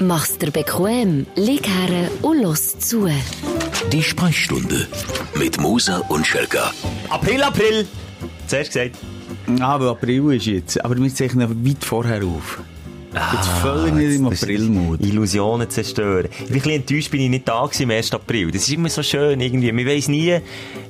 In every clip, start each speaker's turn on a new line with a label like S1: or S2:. S1: Mach's dir bequem, lieg her und los zu.
S2: Die Sprechstunde mit Musa und Schelka.
S3: April, April! Zuerst gesagt.
S4: Aber April ist jetzt. Aber wir zeichnen weit vorher auf. Jetzt völlig nicht im
S3: Ah, Das ist
S4: Aprilmut.
S3: Illusionen zerstören. Ich bin ein bisschen enttäuscht, bin ich nicht da gewesen am 1. April. Das ist immer so schön irgendwie. Man weiss nie,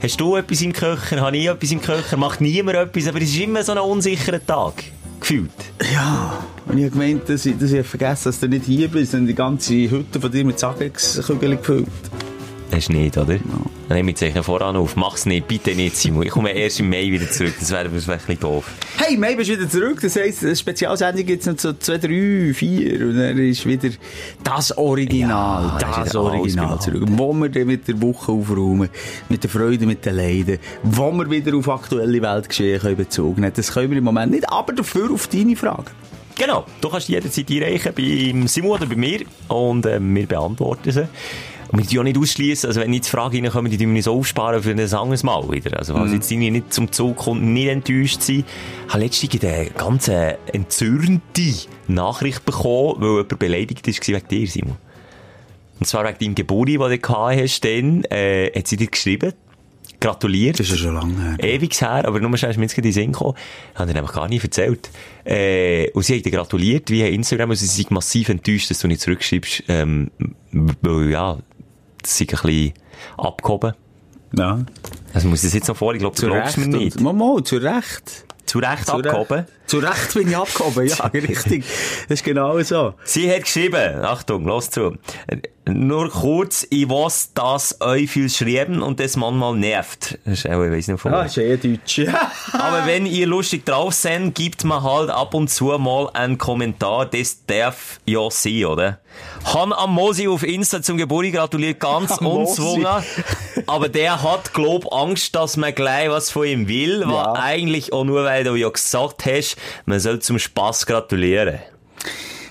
S3: hast du etwas im Köcher, habe ich etwas im Köcher, macht niemand etwas, aber es ist immer so ein unsicherer Tag. Gefühlt.
S4: Ja. Und ich habe gemeint, dass ich, dass ich vergessen dass du nicht hier bist und die ganze Hütte von dir mit Sagexkügeln gefüllt.
S3: Hast du nicht, oder? Nein, wir zeichnen voran auf. Mach's nicht, bitte nicht, Simon. Ich komme erst im Mai wieder zurück. Das wäre das wär ein bisschen doof.
S4: Hey, Mai bist wieder zurück. Das heisst, eine Spezialsendung gibt es noch so zwei, drei, vier. Und dann ist wieder das Original,
S3: Ja, dann ist
S4: das
S3: wieder alles
S4: Original
S3: beim
S4: zurück. Wo wir dann mit der Woche aufräumen, mit der Freude, mit den Leiden, wo wir wieder auf aktuelle Weltgeschehen können Bezug nehmen Das können wir im Moment nicht, aber dafür auf deine Frage.
S3: Genau, du kannst die jederzeit einreichen bei Simon oder bei mir und äh, wir beantworten sie. Und wir die auch nicht ausschließen, also wenn jetzt Fragen reinkommen, die müssen wir so aufsparen für ein anderes Mal wieder. Also falls jetzt irgendwie nicht zum Zug kommt, nicht enttäuscht sein. Ich habe letztens eine ganz äh, entzürnte Nachricht bekommen, weil jemand beleidigt ist wegen dir, Simon. Und zwar wegen deinem Geburtstag, den du gehabt hast, dann äh, hat sie dir geschrieben, gratuliert.
S4: Das ist ja schon lange her.
S3: Ewig her, aber nur schnell ist mir jetzt gerade in den Sinn gekommen. Haben dir nämlich gar nicht erzählt. Äh, und sie haben dir gratuliert via Instagram und sie sind massiv enttäuscht, dass du nicht zurückschreibst. Ähm, weil, ja, das sind ein bisschen abgehoben.
S4: Ja.
S3: Also muss ich das jetzt noch vor, ich glaube, du glaubst mir nicht.
S4: Und, Mama, zu Recht.
S3: Zu Recht
S4: Zu Recht.
S3: abgehoben.
S4: Zu Recht bin ich abgehoben, ja, richtig. Das ist genau so.
S3: Sie hat geschrieben, Achtung, los zu. Nur kurz, ich weiß, dass euch viel schreiben und das manchmal nervt. Das ist auch, ich weiss nicht, von
S4: Ah, ist eh deutsch.
S3: Aber wenn ihr lustig drauf seid, gibt man halt ab und zu mal einen Kommentar. Das darf ja sein, oder? Han am Mosi auf Insta zum Geburtstag gratuliert ganz
S4: Am Mosi.
S3: unzwungen. Aber der hat, glaub, Angst, dass man gleich was von ihm will. War
S4: Ja.
S3: eigentlich auch nur, weil du ja gesagt hast, man soll zum Spaß gratulieren.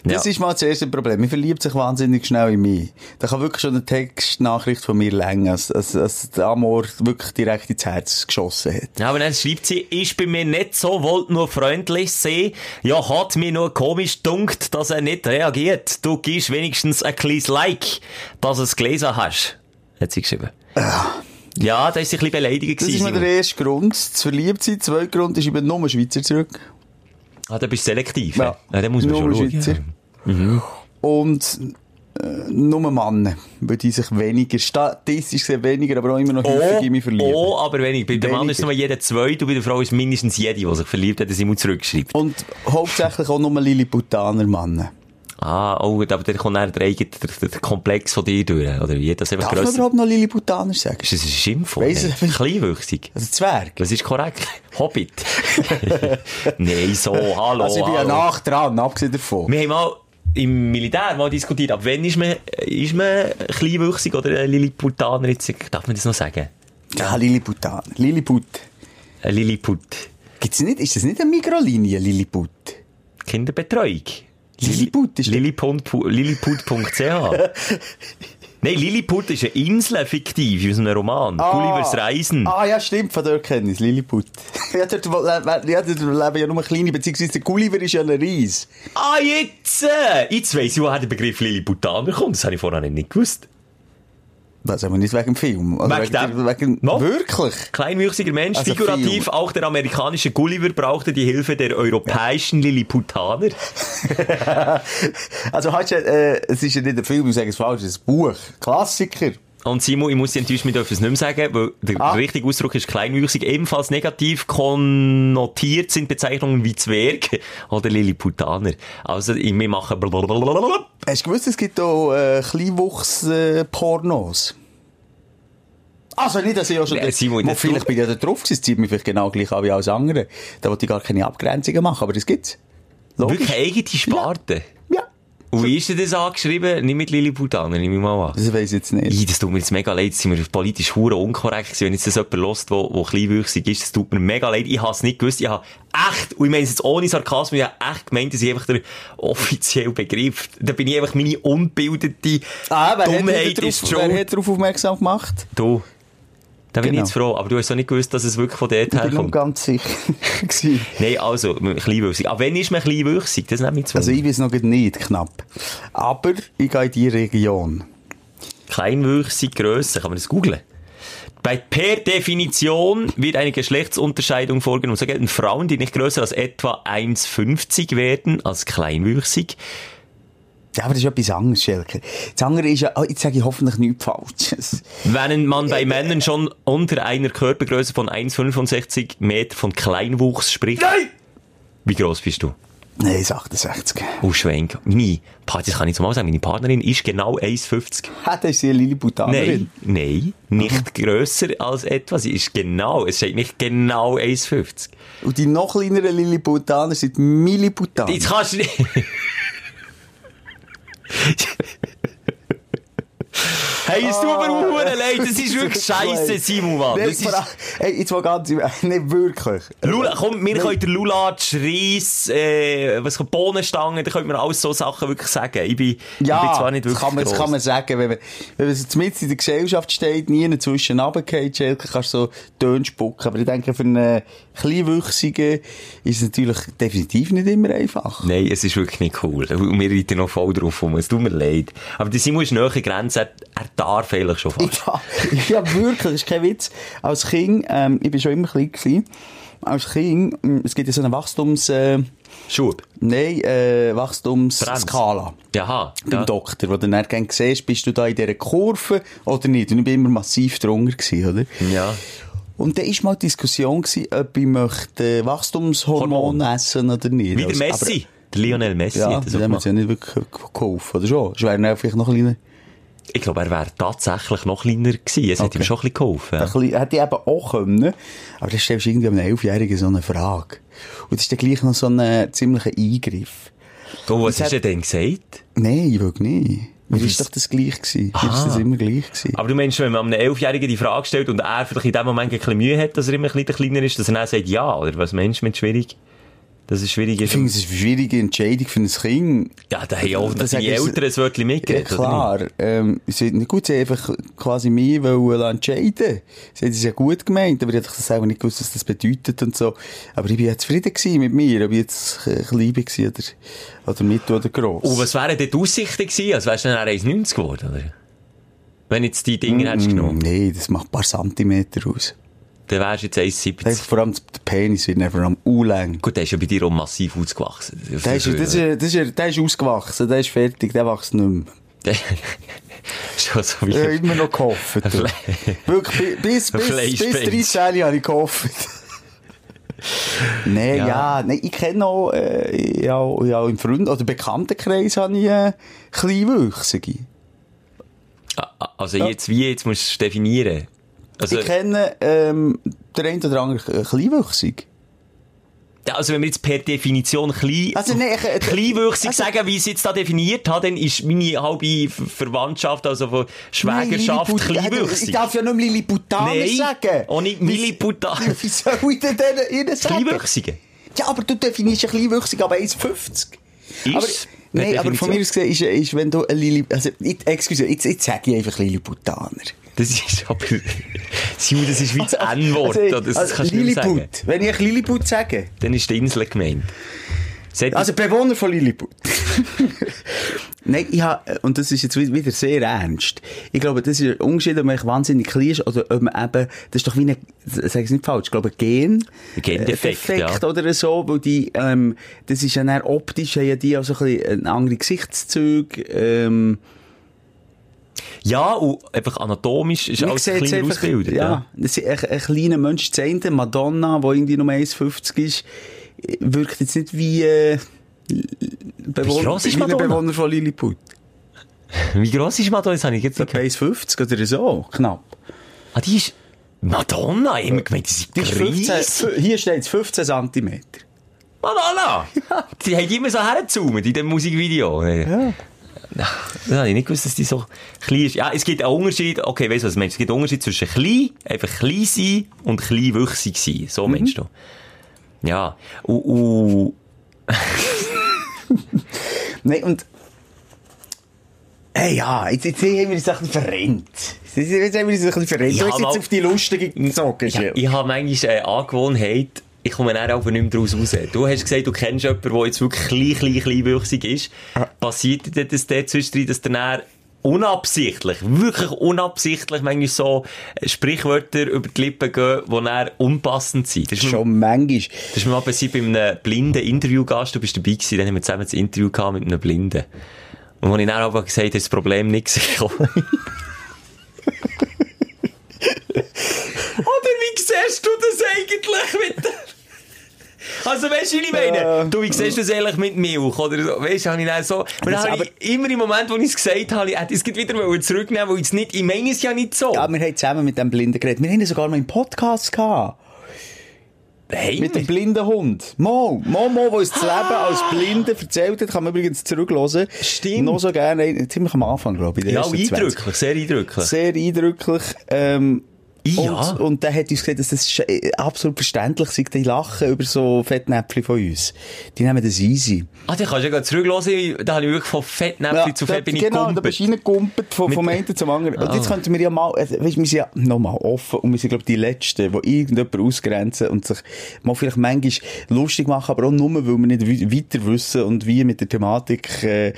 S4: Das
S3: Ja.
S4: ist mal das erste Problem. Man verliebt sich wahnsinnig schnell in mich. Da kann wirklich schon eine Textnachricht von mir länger, als, als, als der Amor wirklich direkt ins Herz geschossen hat.
S3: Ja, aber dann schreibt sie, ist bei mir nicht so, wollte nur freundlich sein. Ja, hat mir nur komisch dunkt, dass er nicht reagiert. Du gibst wenigstens ein kleines Like, dass du es gelesen hast. Hat sie geschrieben. Ja, da ist sie ein bisschen beleidigt
S4: Ah. Das ist
S3: gewesen.
S4: mal der
S3: Simon.
S4: erste Grund. Das Verliebtsein. Zweiter Grund ist eben nur Schweizer zurück.
S3: Ah, da bist du selektiv.
S4: Ja.
S3: Ja. ja da muss man
S4: Nur
S3: schon schauen.
S4: Schweizer.
S3: Ja.
S4: Und, äh, nur Männer, weil die sich weniger, statistisch gesehen weniger, aber auch immer noch häufiger in mich verlieben.
S3: Oh, aber wenig. Bei dem Mann ist es
S4: Weniger.
S3: nur jeder zweite und bei der Frau ist mindestens jede, die sich verliebt hat, dass sie zurückschreibt.
S4: Und hauptsächlich auch nur Lilliputaner Männer.
S3: Ah, oh, aber der kommt dann der, eigene- der, der, der Komplex von dir durch. Oder wie? Das ist einfach
S4: Darf man
S3: grösser.
S4: überhaupt noch Lilliputaner sagen?
S3: Ist das ein Schimpfwort?
S4: Weiss
S3: ne?
S4: ich nicht.
S3: Kleinwüchsig.
S4: Also Zwerg.
S3: Das ist korrekt. Hobbit. Nein, so, hallo,
S4: Also ich bin ja
S3: hallo.
S4: nach dran, abgesehen davon.
S3: Wir haben mal im Militär mal diskutiert, ab wann ist man, ist man kleinwüchsig oder ein Lilliputaner? Jetzt, darf man das noch sagen?
S4: Ja, Lilliputaner. Lilliput.
S3: Ein Lilliput.
S4: Gibt's nicht, ist das nicht eine Mikrolinie, Lilliput?
S3: Kinderbetreuung.
S4: Lilliput ist-
S3: Lilliput. Lilliput.ch. Nein, Lilliput ist eine Insel, fiktiv, aus einem Roman. Gullivers Reisen.
S4: Ah ja, stimmt, von dort kenne ich es, Lilliput. ja, dort, wo- le- ja, dort leben ja nur kleine, beziehungsweise der Gulliver ist ja ein Reis.
S3: Ah, jetzt! äh, Jetzt weiss ich, woher der Begriff Lilliputaner kommt. Das habe ich vorher nicht gewusst.
S4: Was haben wir nicht wegen dem Film? Also
S3: Wegen dem-
S4: wegen,
S3: No.
S4: Wirklich?
S3: Kleinwüchsiger Mensch,
S4: Also
S3: figurativ,
S4: viel.
S3: auch der amerikanische Gulliver brauchte die Hilfe der europäischen Lilliputaner.
S4: Also hast du, äh, es ist ja nicht ein Film, ich sage es falsch, es ist ein Buch. Klassiker.
S3: Und Simon, ich muss dich enttäuschen, wir dürfen es nicht mehr sagen, weil der
S4: Ah.
S3: richtige Ausdruck ist kleinwüchsig. Ebenfalls negativ konnotiert sind Bezeichnungen wie Zwerg oder Lilliputaner. Also, ich- wir machen blablabla.
S4: Hast du gewusst, es gibt auch äh, Kleinwuchs-Pornos? also nicht, dass ich auch schon...
S3: Ja, Simon,
S4: Mo,
S3: das-
S4: vielleicht bin ich ja da drauf gewesen, es zieht mich vielleicht genau gleich an wie alles andere. Da wollte ich gar keine Abgrenzungen machen, aber das gibt's. Logisch.
S3: Wirklich eine eigene Sparte.
S4: Ja.
S3: Und wie ist denn das angeschrieben? Nicht mit Lilliputaner, nehme ich mal an.
S4: Das weiss ich jetzt nicht.
S3: Ey, das tut mir jetzt mega leid, sind wir politisch hure unkorrekt gewesen. Wenn jetzt das jemand hört, wo, wo kleinwüchsig ist, das tut mir mega leid. Ich hab's nicht gewusst. Ich hab echt, und ich meine jetzt ohne Sarkasmus, ich hab echt gemeint, dass ich einfach der offizielle Begriff, da bin ich einfach meine unbildete
S4: Ah, wer hat,
S3: Dummheit
S4: wieder
S3: ist
S4: drauf, wer
S3: schon.
S4: hat darauf aufmerksam gemacht?
S3: Du. Da bin
S4: Genau.
S3: ich jetzt froh. Aber du hast auch nicht gewusst, dass es wirklich von dort
S4: Ich bin noch
S3: herkommt.
S4: ganz sicher. gewesen.
S3: Nein, also, kleinwüchsig. Aber wenn ist man kleinwüchsig? Das nehme ich zu.
S4: also ich weiß noch grad nicht, knapp. Aber ich gehe in die Region.
S3: Kleinwüchsig, Grösse, kann man das googlen? Bei per Definition wird eine Geschlechtsunterscheidung vorgenommen. So gelten Frauen, die nicht größer als etwa 1,50 werden, als kleinwüchsig.
S4: Ja, aber das ist etwas anderes, Schelker. Das andere ist ja, oh, jetzt sage ich hoffentlich nichts Falsches.
S3: Wenn man bei Männern schon unter einer Körpergröße von 1,65 Meter von Kleinwuchs spricht. Nein! Wie groß bist du?
S4: Nein, ich sage 68.
S3: Oh, Schwenk. Meine, Pa- das kann ich zumal sagen, meine Partnerin ist genau 1,50.
S4: Ah, das ist die Lili Butanerin.
S3: Nein, nein, nicht grösser als etwa. Sie ist genau, es steht nicht genau 1,50.
S4: Und die noch kleineren Lili Butaner sind Millibutaner.
S3: Jetzt kannst du nicht. Hey, es tut mir huere leid, das ist wirklich scheiße, Simon, Mann.
S4: Ah. Nein,
S3: Das ist,
S4: vor- hey, jetzt mal ganz, im- nicht wirklich.
S3: Lula, komm, wir
S4: Nein.
S3: können den Lulatsch, Reis, äh, was kommt, Bohnenstangen, da können wir alles so Sachen wirklich sagen. Ich bin, ich bin
S4: Ja,
S3: zwar nicht
S4: das
S3: wirklich
S4: kann man, das
S3: gross.
S4: kann man sagen. Wenn man, wenn man jetzt mit in der Gesellschaft steht, nie dazwischen runtergeht, Schelker, kannst du so Töne spucken. Aber ich denke, für einen Kleinwüchsigen ist es natürlich definitiv nicht immer einfach.
S3: Nein, es ist wirklich nicht cool. Und wir reiten noch voll drauf rum. Es tut mir leid. Aber der Simon ist näher Grenze, er, er darf eigentlich schon fast.
S4: Ja, ja, wirklich, das ist kein Witz. Als Kind, ähm, ich bin schon immer klein gewesen, als Kind, ähm, es gibt ja so eine Wachstums, äh,
S3: Schub.
S4: nein, äh, Wachstumsskala.
S3: Jaha.
S4: beim
S3: Ja.
S4: Doktor, wo du dann gerne siehst, bist du da in dieser Kurve oder nicht. Und ich bin immer massiv drunter gewesen, oder?
S3: ja.
S4: Und da war mal die Diskussion, gewesen, ob ich möchte äh, Wachstumshormon
S3: Hormon.
S4: essen oder nicht.
S3: Wie der
S4: Also,
S3: Messi. Der Lionel Messi
S4: Aber, ja,
S3: hat das
S4: das
S3: auch
S4: haben wir uns
S3: gemacht.
S4: ja nicht wirklich ge- ge- geholfen, oder schon? Es wäre dann vielleicht noch ein kleiner...
S3: Ich glaube, er wäre tatsächlich noch kleiner gewesen. Es hat
S4: Okay.
S3: ihm schon ein bisschen geholfen.
S4: Ein kleiner- Hätte ich eben auch können. Aber dann stellst du irgendwie einem Elfjährigen so eine Frage. Und das ist dann gleich noch so ein äh, ziemlicher Eingriff.
S3: Du, was
S4: Es
S3: hast du denn gesagt?
S4: Nein, wirklich nicht. Mir ist doch das gleich gewesen. Mir ist das immer gleich gewesen.
S3: Aber du meinst, wenn man einem Elfjährigen die Frage stellt und er vielleicht in dem Moment ein bisschen Mühe hat, dass er immer ein bisschen kleiner ist, dass er dann sagt, ja, oder was meinst du mit schwierig? Das ist schwierig.
S4: Ich finde, es ist eine schwierige Entscheidung für ein Kind.
S3: ja, da haben ja auch
S4: Das
S3: deine
S4: sagen sie-
S3: Eltern ein Wörtchen
S4: Ja,
S3: mitgegeben,
S4: klar. Ähm, sie, na gut, sie haben einfach quasi eh, mich wollen entscheiden Sie haben es ja gut gemeint, aber ich hätte das selber nicht gewusst, was das bedeutet und so. Aber ich bin ja zufrieden gewesen mit mir, ob ich jetzt äh, klein war oder, oder mittel oder gross.
S3: Und was wären denn die Aussichten gewesen? Also wärst du dann 1,90 geworden, oder? Wenn jetzt die Dinger hättest
S4: Mm,
S3: genommen,
S4: nee, das macht ein paar Zentimeter aus.
S3: dann wärst du jetzt 1,70.
S4: Einfach Vor allem der Penis wird einfach am U-Länge.
S3: Gut, der ist ja bei dir auch massiv ausgewachsen.
S4: Der ist, das ist, das ist, der ist ausgewachsen, der ist fertig, der wächst nicht mehr.
S3: Schon so
S4: Ich habe
S3: wie...
S4: immer noch gehofft. du. Wirklich, bis, bis, bis,
S3: Fleischbein.
S4: 13 habe ich gehofft. Nein, ja.
S3: Ja.
S4: nein, ich kenne auch, äh, ja, ja, im Freund- oder Bekanntenkreis habe ich, äh, Kleinwüchsige.
S3: Also jetzt wie, jetzt musst du es definieren. Also,
S4: ich kenne, ähm, der eine oder andere äh, Kleinwüchsig.
S3: also wenn wir jetzt per Definition klein...
S4: Also, nein, ich, äh,
S3: kleinwüchsig
S4: also-
S3: sagen, wie ich es jetzt da definiert habe, dann ist meine halbe Ver- Verwandtschaft, also von
S4: Nein,
S3: Schwägerschaft,
S4: Lilliput- Also, Ich
S3: kleinwüchsig.
S4: darf ja nur Lilliputaner
S3: Nein,
S4: sagen.
S3: auch nicht Milliputaner.
S4: Wie soll ich denn denen- ihnen sagen?
S3: Kleinwüchsige.
S4: Ja, aber du definierst ein Kleinwüchsig aber 1,50.
S3: Ist
S4: aber,
S3: es per
S4: Nein, aber
S3: Definition?
S4: von mir aus gesehen ist, ist wenn du ein Lili... Also, ich, excuse, jetzt, jetzt sage ich einfach Lilliputaner.
S3: Das ist aber... Simon, das ist wie das N-Wort. oder? das kannst du nicht mehr sagen.
S4: Also, Lilliput. Wenn ich Lilliput sage,
S3: Dann ist die Insel gemeint. Sollte-
S4: also Bewohner von Lilliput. Nein, ich habe, und das ist jetzt wi- wieder sehr ernst. Ich glaube, das ist ein Unterschied, ob man echt wahnsinnig klein ist oder ob man eben, das ist doch wie ein, sag ich es nicht falsch, ich glaube, ein Gen.
S3: Ein Gendefekt,
S4: äh, Defekt
S3: ja.
S4: oder so, weil die, ähm, das ist ja dann optisch, haben ja die auch so ein bisschen andere Gesichtszüge, ähm,
S3: Ja, und einfach anatomisch ist alles
S4: sieht's
S3: kleiner ausgebildet.
S4: ja.
S3: Ja.
S4: Das ist Ein, ein kleiner Mensch, das eine, Madonna, die irgendwie nur 1,50 ist, äh, wirkt jetzt nicht wie, äh, Bewohner,
S3: gross ist
S4: wie der
S3: Madonna?
S4: Bewohner von Lilliput.
S3: Wie gross ist Madonna? Das habe ich jetzt nicht
S4: Bei 1,50 oder so, knapp.
S3: Ah, die ist... Madonna? Ich habe immer gemeint, die sind
S4: Die ist 15,
S3: riesig.
S4: fü- hier steht es 15 cm.
S3: Madonna! Die hat immer so hergezoomt in dem Musikvideo. Ja. Das habe ich nicht gewusst, dass die so klein ist. Ja, es gibt einen Unterschied, okay, weißt du was, meinst du? Es gibt einen Unterschied zwischen klein, einfach klein sein und klein wüchsig sein. So meinst du. Ja. Und, und
S4: Nein, und. Hey, ja, jetzt, jetzt haben wir die Sachen verrennt. Jetzt haben wir uns ein bisschen verreden.
S3: Ja,
S4: du hast jetzt
S3: mal-
S4: auf die lustige gezogen,
S3: Ich,
S4: Jill.
S3: ich habe manchmal eine Angewohnheit, ich komme dann auch nicht mehr daraus raus. Du hast gesagt, du kennst jemanden, der jetzt wirklich klein, klein, kleinwüchsig ist. Passiert dir das dort zwischendrin, dass der dann unabsichtlich, wirklich unabsichtlich manchmal so äh, Sprichwörter über die Lippen gehen, die dann unpassend sind? Das ist mir-
S4: Schon manchmal.
S3: das ist mir mal passiert bei einem blinden Interviewgast. Du bist dabei gewesen, dann haben wir zusammen das Interview gehabt mit einem Blinden. Und wo ich dann aber gesagt habe, ist das Problem nicht gesehen. Oder wie siehst du das eigentlich mit der... Also weisst du, wie ich meine?
S4: Äh.
S3: Du, wie siehst du das eigentlich mit Milch? Oder so? weisst du, habe ich dann so... Aber dann
S4: Das
S3: habe ich immer im Moment, wo ich es gesagt habe, ich hätte es gleich wieder wollen zurücknehmen weil ich es nicht... Ich meine es ja nicht so.
S4: Ja, wir haben zusammen mit dem Blinden geredet. Wir haben ihn sogar mal im Podcast gehabt.
S3: hey,
S4: Mit dem blinden Hund. Mo, Mo, Mo, der uns das
S3: Ah!
S4: Leben als Blinden erzählt hat, kann man übrigens zurückhören.
S3: Stimmt.
S4: Noch so gerne, ziemlich am Anfang, glaube ich. in den
S3: ja,
S4: ersten 20.
S3: eindrücklich, sehr eindrücklich.
S4: Sehr eindrücklich. Ähm,
S3: Ja.
S4: und, und dann hat uns gesagt, dass das sch- äh, absolut verständlich sei, die lachen über so Fettnäpfchen von uns. Die nehmen das easy.
S3: Ah, dann kannst du ja gerade zurückhören. Da habe ich wirklich von Fettnäpfchen zu
S4: da-
S3: Fett bin ich
S4: genau, da
S3: gegumpelt.
S4: bist du reingekumpelt von,
S3: Mit-
S4: vom einen zum anderen. Und
S3: Ah.
S4: jetzt könnten wir ja mal, also, weißt, wir sind ja nochmal offen und wir sind, glaube ich, die Letzten, die irgendjemand ausgrenzen und sich mal vielleicht manchmal lustig machen, aber auch nur, weil wir nicht wei- weiter wissen und wie mit der Thematik äh,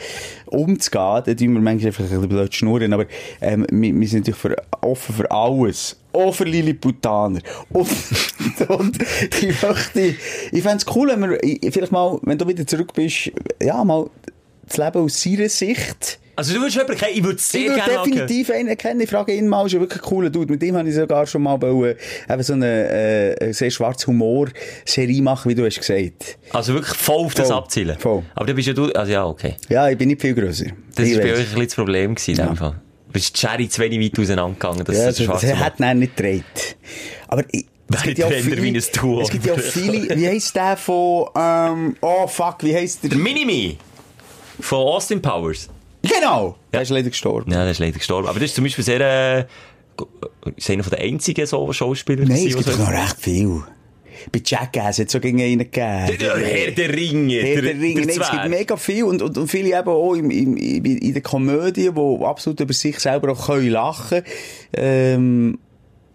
S4: umzugehen, dann tun wir manchmal einfach ein bisschen blöd schnurren, aber ähm, wir, wir sind natürlich für, offen für alles. Auch für Lilliputaner. Und, und ich möchte, ich fände es cool, wenn wir ich- vielleicht mal, wenn du wieder zurück bist, ja, mal das Leben aus seiner Sicht.
S3: Also du würdest jemanden kennen, ich würde es sehr
S4: ich würde
S3: gerne angehen.
S4: definitiv einen kennen. Ich frage ihn mal, ist ja wirklich ein cooler Dude. Mit ihm habe ich sogar schon mal wollen, äh, eben so eine äh, eine sehr schwarze Humor-Serie machen, wie du hast gesagt.
S3: Also wirklich voll auf das
S4: Voll,
S3: abzielen.
S4: voll.
S3: Aber dann bist ja du... Also ja, okay.
S4: Ja, ich bin nicht viel grösser.
S3: Das
S4: ich
S3: war bei euch
S4: weiss.
S3: ein bisschen das Problem gewesen, in dem Fall. Du bist die Schere zu wenig weit auseinandergegangen, dass
S4: Ja,
S3: ja,
S4: das,
S3: das
S4: das
S3: schwarze Loch-
S4: hat ihn nicht gedreht. Aber ich,
S3: Wer dreht denn wie ein Duo?
S4: es gibt ja auch viele, wie heisst der von, ähm, oh fuck, wie heisst der?
S3: Der Minimi von Austin Powers.
S4: Genau! Der ist leider gestorben.
S3: Ja, der ist leider gestorben. Aber das ist zum Beispiel sehr... Äh, ist einer von den einzigen so Schauspieler
S4: Nein, es
S3: gewesen,
S4: gibt doch
S3: die so-
S4: noch recht viel. Bei Jackass hat es so gegen einen gegeben.
S3: Der Herr der Ringe.
S4: Herr der Ringe. Nein, es gibt
S3: Zwerg.
S4: mega viel und, und, und viele eben auch im, im, in in der Komödie, die absolut über sich selber auch können lachen ähm,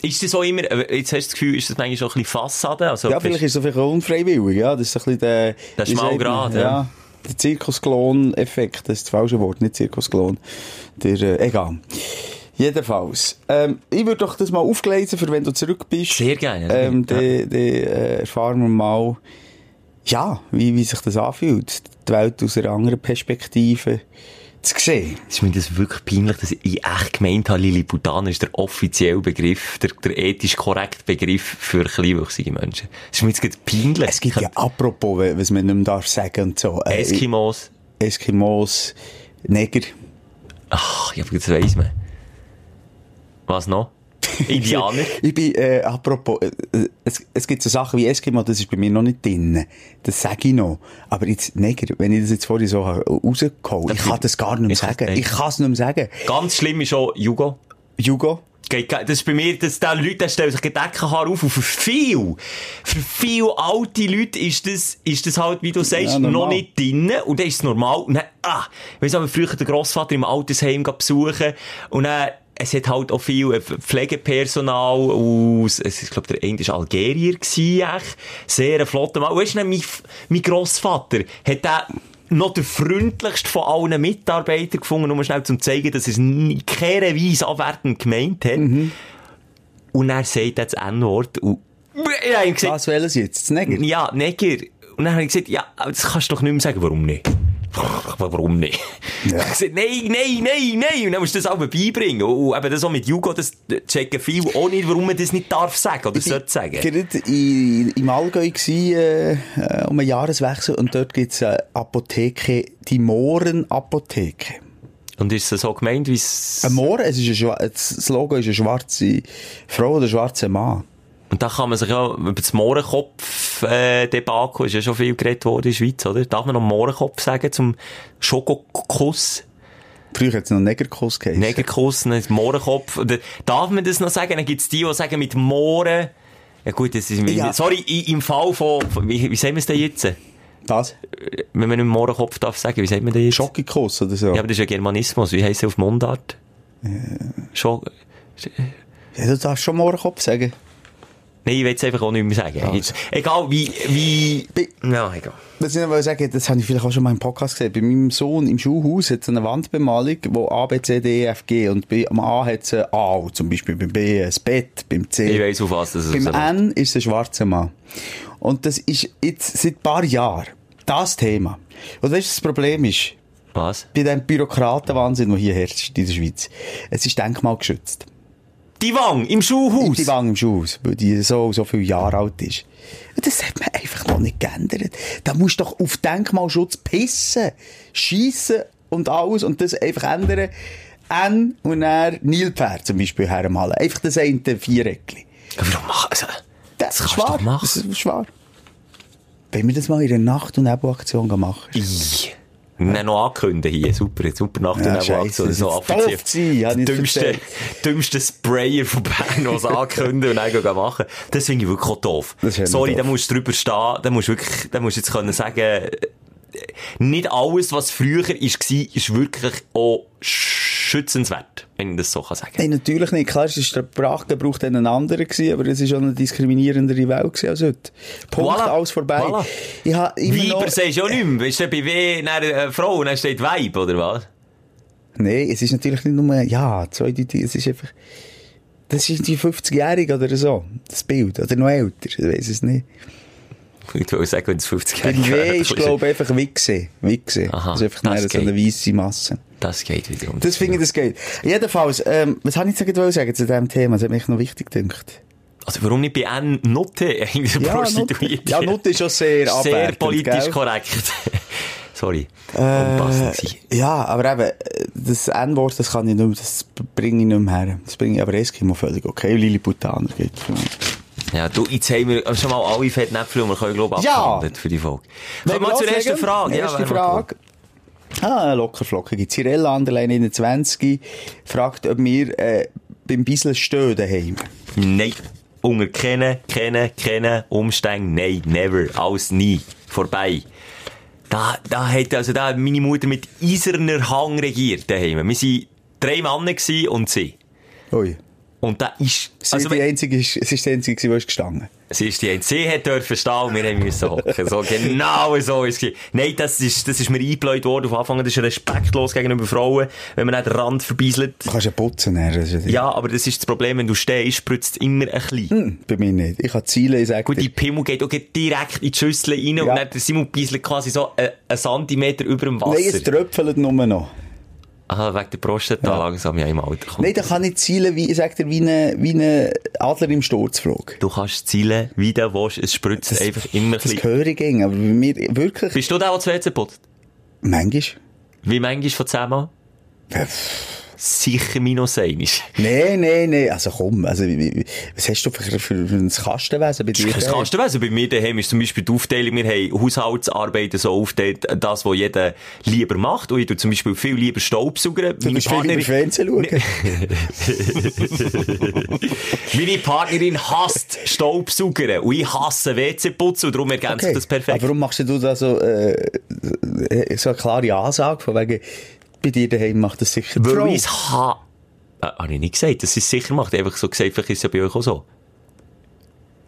S3: Ist das auch immer... äh, Jetzt hast du das Gefühl, ist das manchmal schon ein bisschen Fassade? Also,
S4: Ja, vielleicht ist es vielleicht auch unfreiwillig, ja. Das ist so ein bisschen der...
S3: Der
S4: wie sagt man?
S3: Schmalgrad, ja.
S4: eh, ja. Der Zirkusklon-Effekt, das ist das falsche Wort, nicht Zirkusklon. Der, äh, egal. Jedenfalls. Ähm, ich würde doch das mal aufgleisen, für wenn du zurück bist.
S3: Sehr gerne.
S4: Ähm,
S3: Ja.
S4: dann äh, erfahren wir mal, ja, wie, wie sich das anfühlt, die Welt aus einer anderen Perspektive zu sehen.
S3: Es ist mir das wirklich peinlich, dass ich echt gemeint habe, Lilliputaner ist der offizielle Begriff, der, der ethisch korrekte Begriff für kleinwüchsige Menschen. Es ist mir jetzt gerade peinlich.
S4: Es gibt ja, apropos, we- was man nicht mehr darf sagen und so. äh,
S3: Eskimos.
S4: Eskimos, Neger.
S3: Ach, ja, aber jetzt weiss man. Was noch? Indianer.
S4: Ich bin, äh, apropos, äh, äh, es, es gibt so Sachen wie Eskimo, das ist bei mir noch nicht drin. Das sage ich noch. Aber jetzt, Neger, wenn ich das jetzt vorhin so habe, äh, rausgeholt,
S3: Das
S4: ich kann
S3: ist-
S4: das gar nicht mehr
S3: ist das
S4: sagen.
S3: echt?
S4: Ich kann es nicht mehr sagen.
S3: Ganz schlimm ist auch Jugo.
S4: Jugo?
S3: Geht- geht- Das ist bei mir, dass da Leute da stellen sich Gedeckenhaar auf und für viel, für viel alte Leute ist das, ist das halt, wie du sagst,
S4: Ja, normal.
S3: noch nicht drin und dann ist es normal. Und dann, ah, ich weiss auch, wenn früher den Grossvater im Altersheim gehen besuchen und dann, es hat halt auch viel äh, Pflegepersonal aus, es ist, glaub, der eine war Algerier gewesen, echt. sehr ein flotter Mann. Und weisst du, mein, F- mein Grossvater hat den noch der freundlichste von allen Mitarbeitern gefunden, um schnell zu zeigen, dass er es in keiner Weise abwertend gemeint hat. Und er sagt jetzt das N-Wort und ich habe ihm gesagt,
S4: Was wollen sie jetzt? Das Neger?
S3: ja, Neger. Und dann habe ich gesagt, ja, aber das kannst du doch nicht mehr sagen, warum nicht? Warum nicht? Ich habe gesagt, nein, nein, nein, nein. Und dann musst du das auch beibringen. Und eben das auch mit Jugo, das checken viele auch nicht, warum man das nicht darf dus sagen oder sollte sagen.
S4: Gerade in- im Allgäu gsi äh, äh, um einen Jahreswechsel und dort gibt's eine Apotheke, die Mohrenapotheke.
S3: Und ist das so gemeint, wie es...
S4: Ein Mohren, es ist ein, schwa- das Logo ist eine schwarze Frau oder ein schwarzer Mann.
S3: Und da kann man sich ja über das eh, Mohrenkopf-Debakel, ist ja schon viel geredet worden in der Schweiz, oder? Darf man noch Mohrenkopf sagen zum Schokokuss?
S4: Früher hat's noch Negerkuss geheißen.
S3: Negerkuss, dann ist Mohrenkopf. Oder darf man das noch sagen? Dann gibt's die, die sagen mit Mohren. Ja gut, das ist...
S4: Ja.
S3: Sorry, i- im Fall von... von- Wie, wie sagen wir es denn jetzt? Äh,
S4: Was?
S3: Wenn man nicht Mohrenkopf darf sagen, wie sagt man das jetzt?
S4: Schokikuss oder so. Äh.
S3: Ja, aber das ist ja Germanismus. Wie heisst es auf Mundart? Schock...
S4: Ja, du darfst schon Mohrenkopf sagen.
S3: Nein, ich will es einfach auch nicht mehr sagen. Jetzt, egal wie, wie,
S4: Bei-
S3: ja, egal.
S4: Was ich noch wollte sagen das habe ich vielleicht auch schon mal im Podcast gesehen. Bei meinem Sohn im Schulhaus hat es eine Wandbemalung, wo A, B, C, D, E, F, G und bei, am A hat es ein Au, zum Beispiel beim B ein Bett, beim C.
S3: Ich weiss, auf was das
S4: Äh, Beim
S3: rausläuft.
S4: N ist ein schwarzer Mann. Und das ist jetzt seit ein paar Jahren das Thema. Und weißt du, was das Problem ist?
S3: Was?
S4: Bei dem Bürokratenwahnsinn, der hier herrscht in der Schweiz. Es ist denkmalgeschützt.
S3: Die Wang im Schuhhaus.
S4: Die Wang im Schuhhaus, weil die so, so viele Jahre alt ist. Und das hat man einfach noch nicht geändert. Da musst du doch auf Denkmalschutz pissen, schiessen und alles und das einfach ändern. N und R Nilpferd zum Beispiel hermalen. Einfach das eine Viereckli.
S3: Warum machen also,
S4: Das,
S3: kannst
S4: ist
S3: du
S4: wahr.
S3: doch machen.
S4: Das ist wahr. Wenn wir das mal in der Nacht- und Nebelaktion machen.
S3: I. Dann noch angekündigt hier. Super, super Nacht
S4: Ja,
S3: und
S4: scheisse,
S3: Nebelaktion. So
S4: das ist doof gewesen, hab ich
S3: Dümmste,
S4: erzählt.
S3: dümmste Sprayer von Bern, was ankündigt und dann gehen machen. Das finde ich wirklich auch doof.
S4: Das ist
S3: Sorry,
S4: doof.
S3: da musst du drüber stehen. Da musst du wirklich, da musst du jetzt können sagen, äh, nicht alles, was früher war, ist wirklich auch schützenswert. Wenn ich das so kann sagen
S4: Nein, natürlich nicht. Klar, es ist der Sprachgebrauch dann ein anderer gewesen, aber es war schon eine diskriminierendere Welt gewesen als heute. Punkt,
S3: Voilà.
S4: alles vorbei.
S3: Voilà.
S4: Ich habe immer noch...
S3: Weiber sagst du auch nicht mehr. Ist bei W dann, äh, Frau und dann steht Weib, oder was?
S4: Nein, es ist natürlich nicht nur, ja, zweideutig, es ist einfach, das ist die 50-Jährige oder so, das Bild, oder noch älter, ich weiß es nicht.
S3: Ich will sagen, wenn es 50
S4: Bei
S3: Jahre
S4: W
S3: gehört,
S4: ist, glaube ich, einfach Wichse, Wichse.
S3: Aha,
S4: Das ist Also einfach
S3: das
S4: mehr so eine weisse Masse.
S3: Das geht um wiederum.
S4: Das finde ich das geil. Jedenfalls, ähm, was habe ich jetzt gerade sagen zu diesem Thema, das hat mich noch wichtig gedacht.
S3: Also warum nicht bei N Note eigentlich
S4: Ja, Nutte,
S3: Prostituierte?
S4: ja, Nutte ist schon sehr
S3: Sehr
S4: abwertend,
S3: politisch
S4: gell? Äh,
S3: korrekt. Sorry. Unpassend sein.
S4: Ja, aber eben, äh, das N-Wort, das kann ich nicht mehr, das bringe ich nicht mehr her. Das bringe ich aber Eskimo völlig okay, Lilliputaner geht für mich.
S3: Ja, du, jetzt haben wir schon mal alle Fettnäpfel und wir können, glaube ich,
S4: Ja.
S3: abgehandelt für die Folge. Kommen wir zur
S4: loslegen?
S3: ersten Frage. Ja,
S4: Erste
S3: wären wir
S4: Frage. Ah, locker flockig. Cirella Anderlein 21 fragt, ob wir äh, beim Bissel stehen daheim.
S3: cool. Nein. Unter kennen, kennen, kennen, Umstände, nein, never, alles nie, vorbei. Da, da hat, also da hat meine Mutter mit eiserner Hang regiert daheim. Wir waren drei Männer gewesen und sie.
S4: Ui.
S3: Und da ist,
S4: Sie also, die
S3: wenn-
S4: einzige, ist- es ist die einzige, die ist gestanden.
S3: Sie ist die NC hat dürfen stehen und wir haben müssen hocken. So, genau so ist es. gewesen. Nein, das ist, das ist mir eingebläut worden auf Anfang. Das ist respektlos gegenüber Frauen, wenn man nicht den Rand verbeiselt.
S4: Du kannst ja putzen, Herr. das ist
S3: Ja, aber das ist das Problem, wenn du stehst, spritzt immer ein bisschen.
S4: Hm, Bei mir nicht. Ich kann Ziele, ich sage
S3: Gut, die
S4: dir.
S3: Pimmel geht auch gleich direkt in die Schüssel rein und
S4: Ja.
S3: dann der Simon beiselt quasi so äh, einen Zentimeter über dem
S4: Nein, es
S3: Wasser.
S4: tröpfelt nur noch.
S3: Aha, wegen der Prostata da langsam ja im Alter kommt.
S4: Nein, da kann ich zielen, wie, ich sage dir, wie ein wie ein Adler im Sturzflug.
S3: Du kannst zielen, wie du willst, es spritzt einfach immer ein
S4: Das
S3: bisschen.
S4: höre ich ging, aber bei mir wirklich,
S3: Bist du der, der zu WC putzt?
S4: manchmal.
S3: Wie manchmal von zehnmal? Sicher minus einisch.
S4: Nee, nee, nee. Also komm, also, wie- wie- was hast du für, für, für ein Kastenwesen bei dir?
S3: Das kannst du wissen. Bei mir daheim ist zum Beispiel die Aufteilung, wir haben Haushaltsarbeiten so aufgeteilt, das, was jeder lieber macht. Und ich tue zum Beispiel viel lieber Staubsaugern.
S4: Du bist viel über Fernsehen schauen.
S3: also meine Partnerin hasst Staubsaugern. Und ich hasse WC-Putzen und darum ergänzt
S4: Okay.
S3: das perfekt.
S4: Aber warum machst du da so, äh, so eine klare Ansage von wegen, bei dir daheim macht das sicher die
S3: Weil
S4: Frau?
S3: ich es ha... Äh, habe ich nicht gesagt, dass sie es sicher macht. Einfach so gesagt, vielleicht ist es ja bei euch auch so.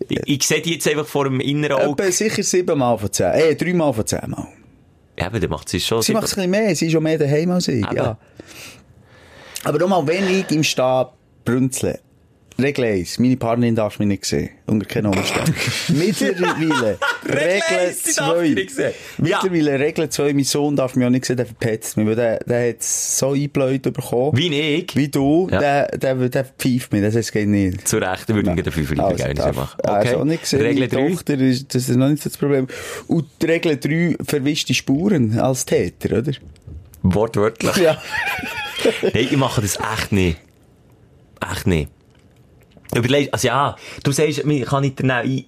S3: Ich, ich sehe die jetzt einfach vor dem inneren Auge.
S4: Etwa sicher siebenmal von zehn, äh, dreimal von zehnmal.
S3: Eben, dann macht sie es schon.
S4: Sie macht es ein bisschen mehr, sie ist schon mehr daheim als ich,
S3: Eben.
S4: ja. Aber nochmal, wenn ich im Stab brünzle, Regel 1, meine Partnerin darf mich nicht sehen, unter keinen Umständen. Mittlerweile, Regel
S3: eins, sie darf mich nicht
S4: 2,
S3: sehen.
S4: mittlerweile Regel 2, mein Sohn darf mich auch nicht sehen, der verpetzt mich, weil der, der hat so eingebläut bekommen.
S3: Wie ich.
S4: Wie du,
S3: Ja.
S4: der, der, der pfeift mich, das heißt, es geht nicht.
S3: Zu Recht würden wir dafür verlieren,
S4: Also,
S3: gell, nicht
S4: darf-
S3: machen.
S4: Also, auch nicht gesehen.
S3: Regel
S4: Regel
S3: 3.
S4: Tochter ist, das ist noch nicht so das Problem. Und die Regel 3 verwischte Spuren als Täter, oder?
S3: Wortwörtlich.
S4: Ja.
S3: Nein, ich mache das dus echt nicht. Echt nicht. Überleg, also ja, du sagst, mir kann nicht daneben ein.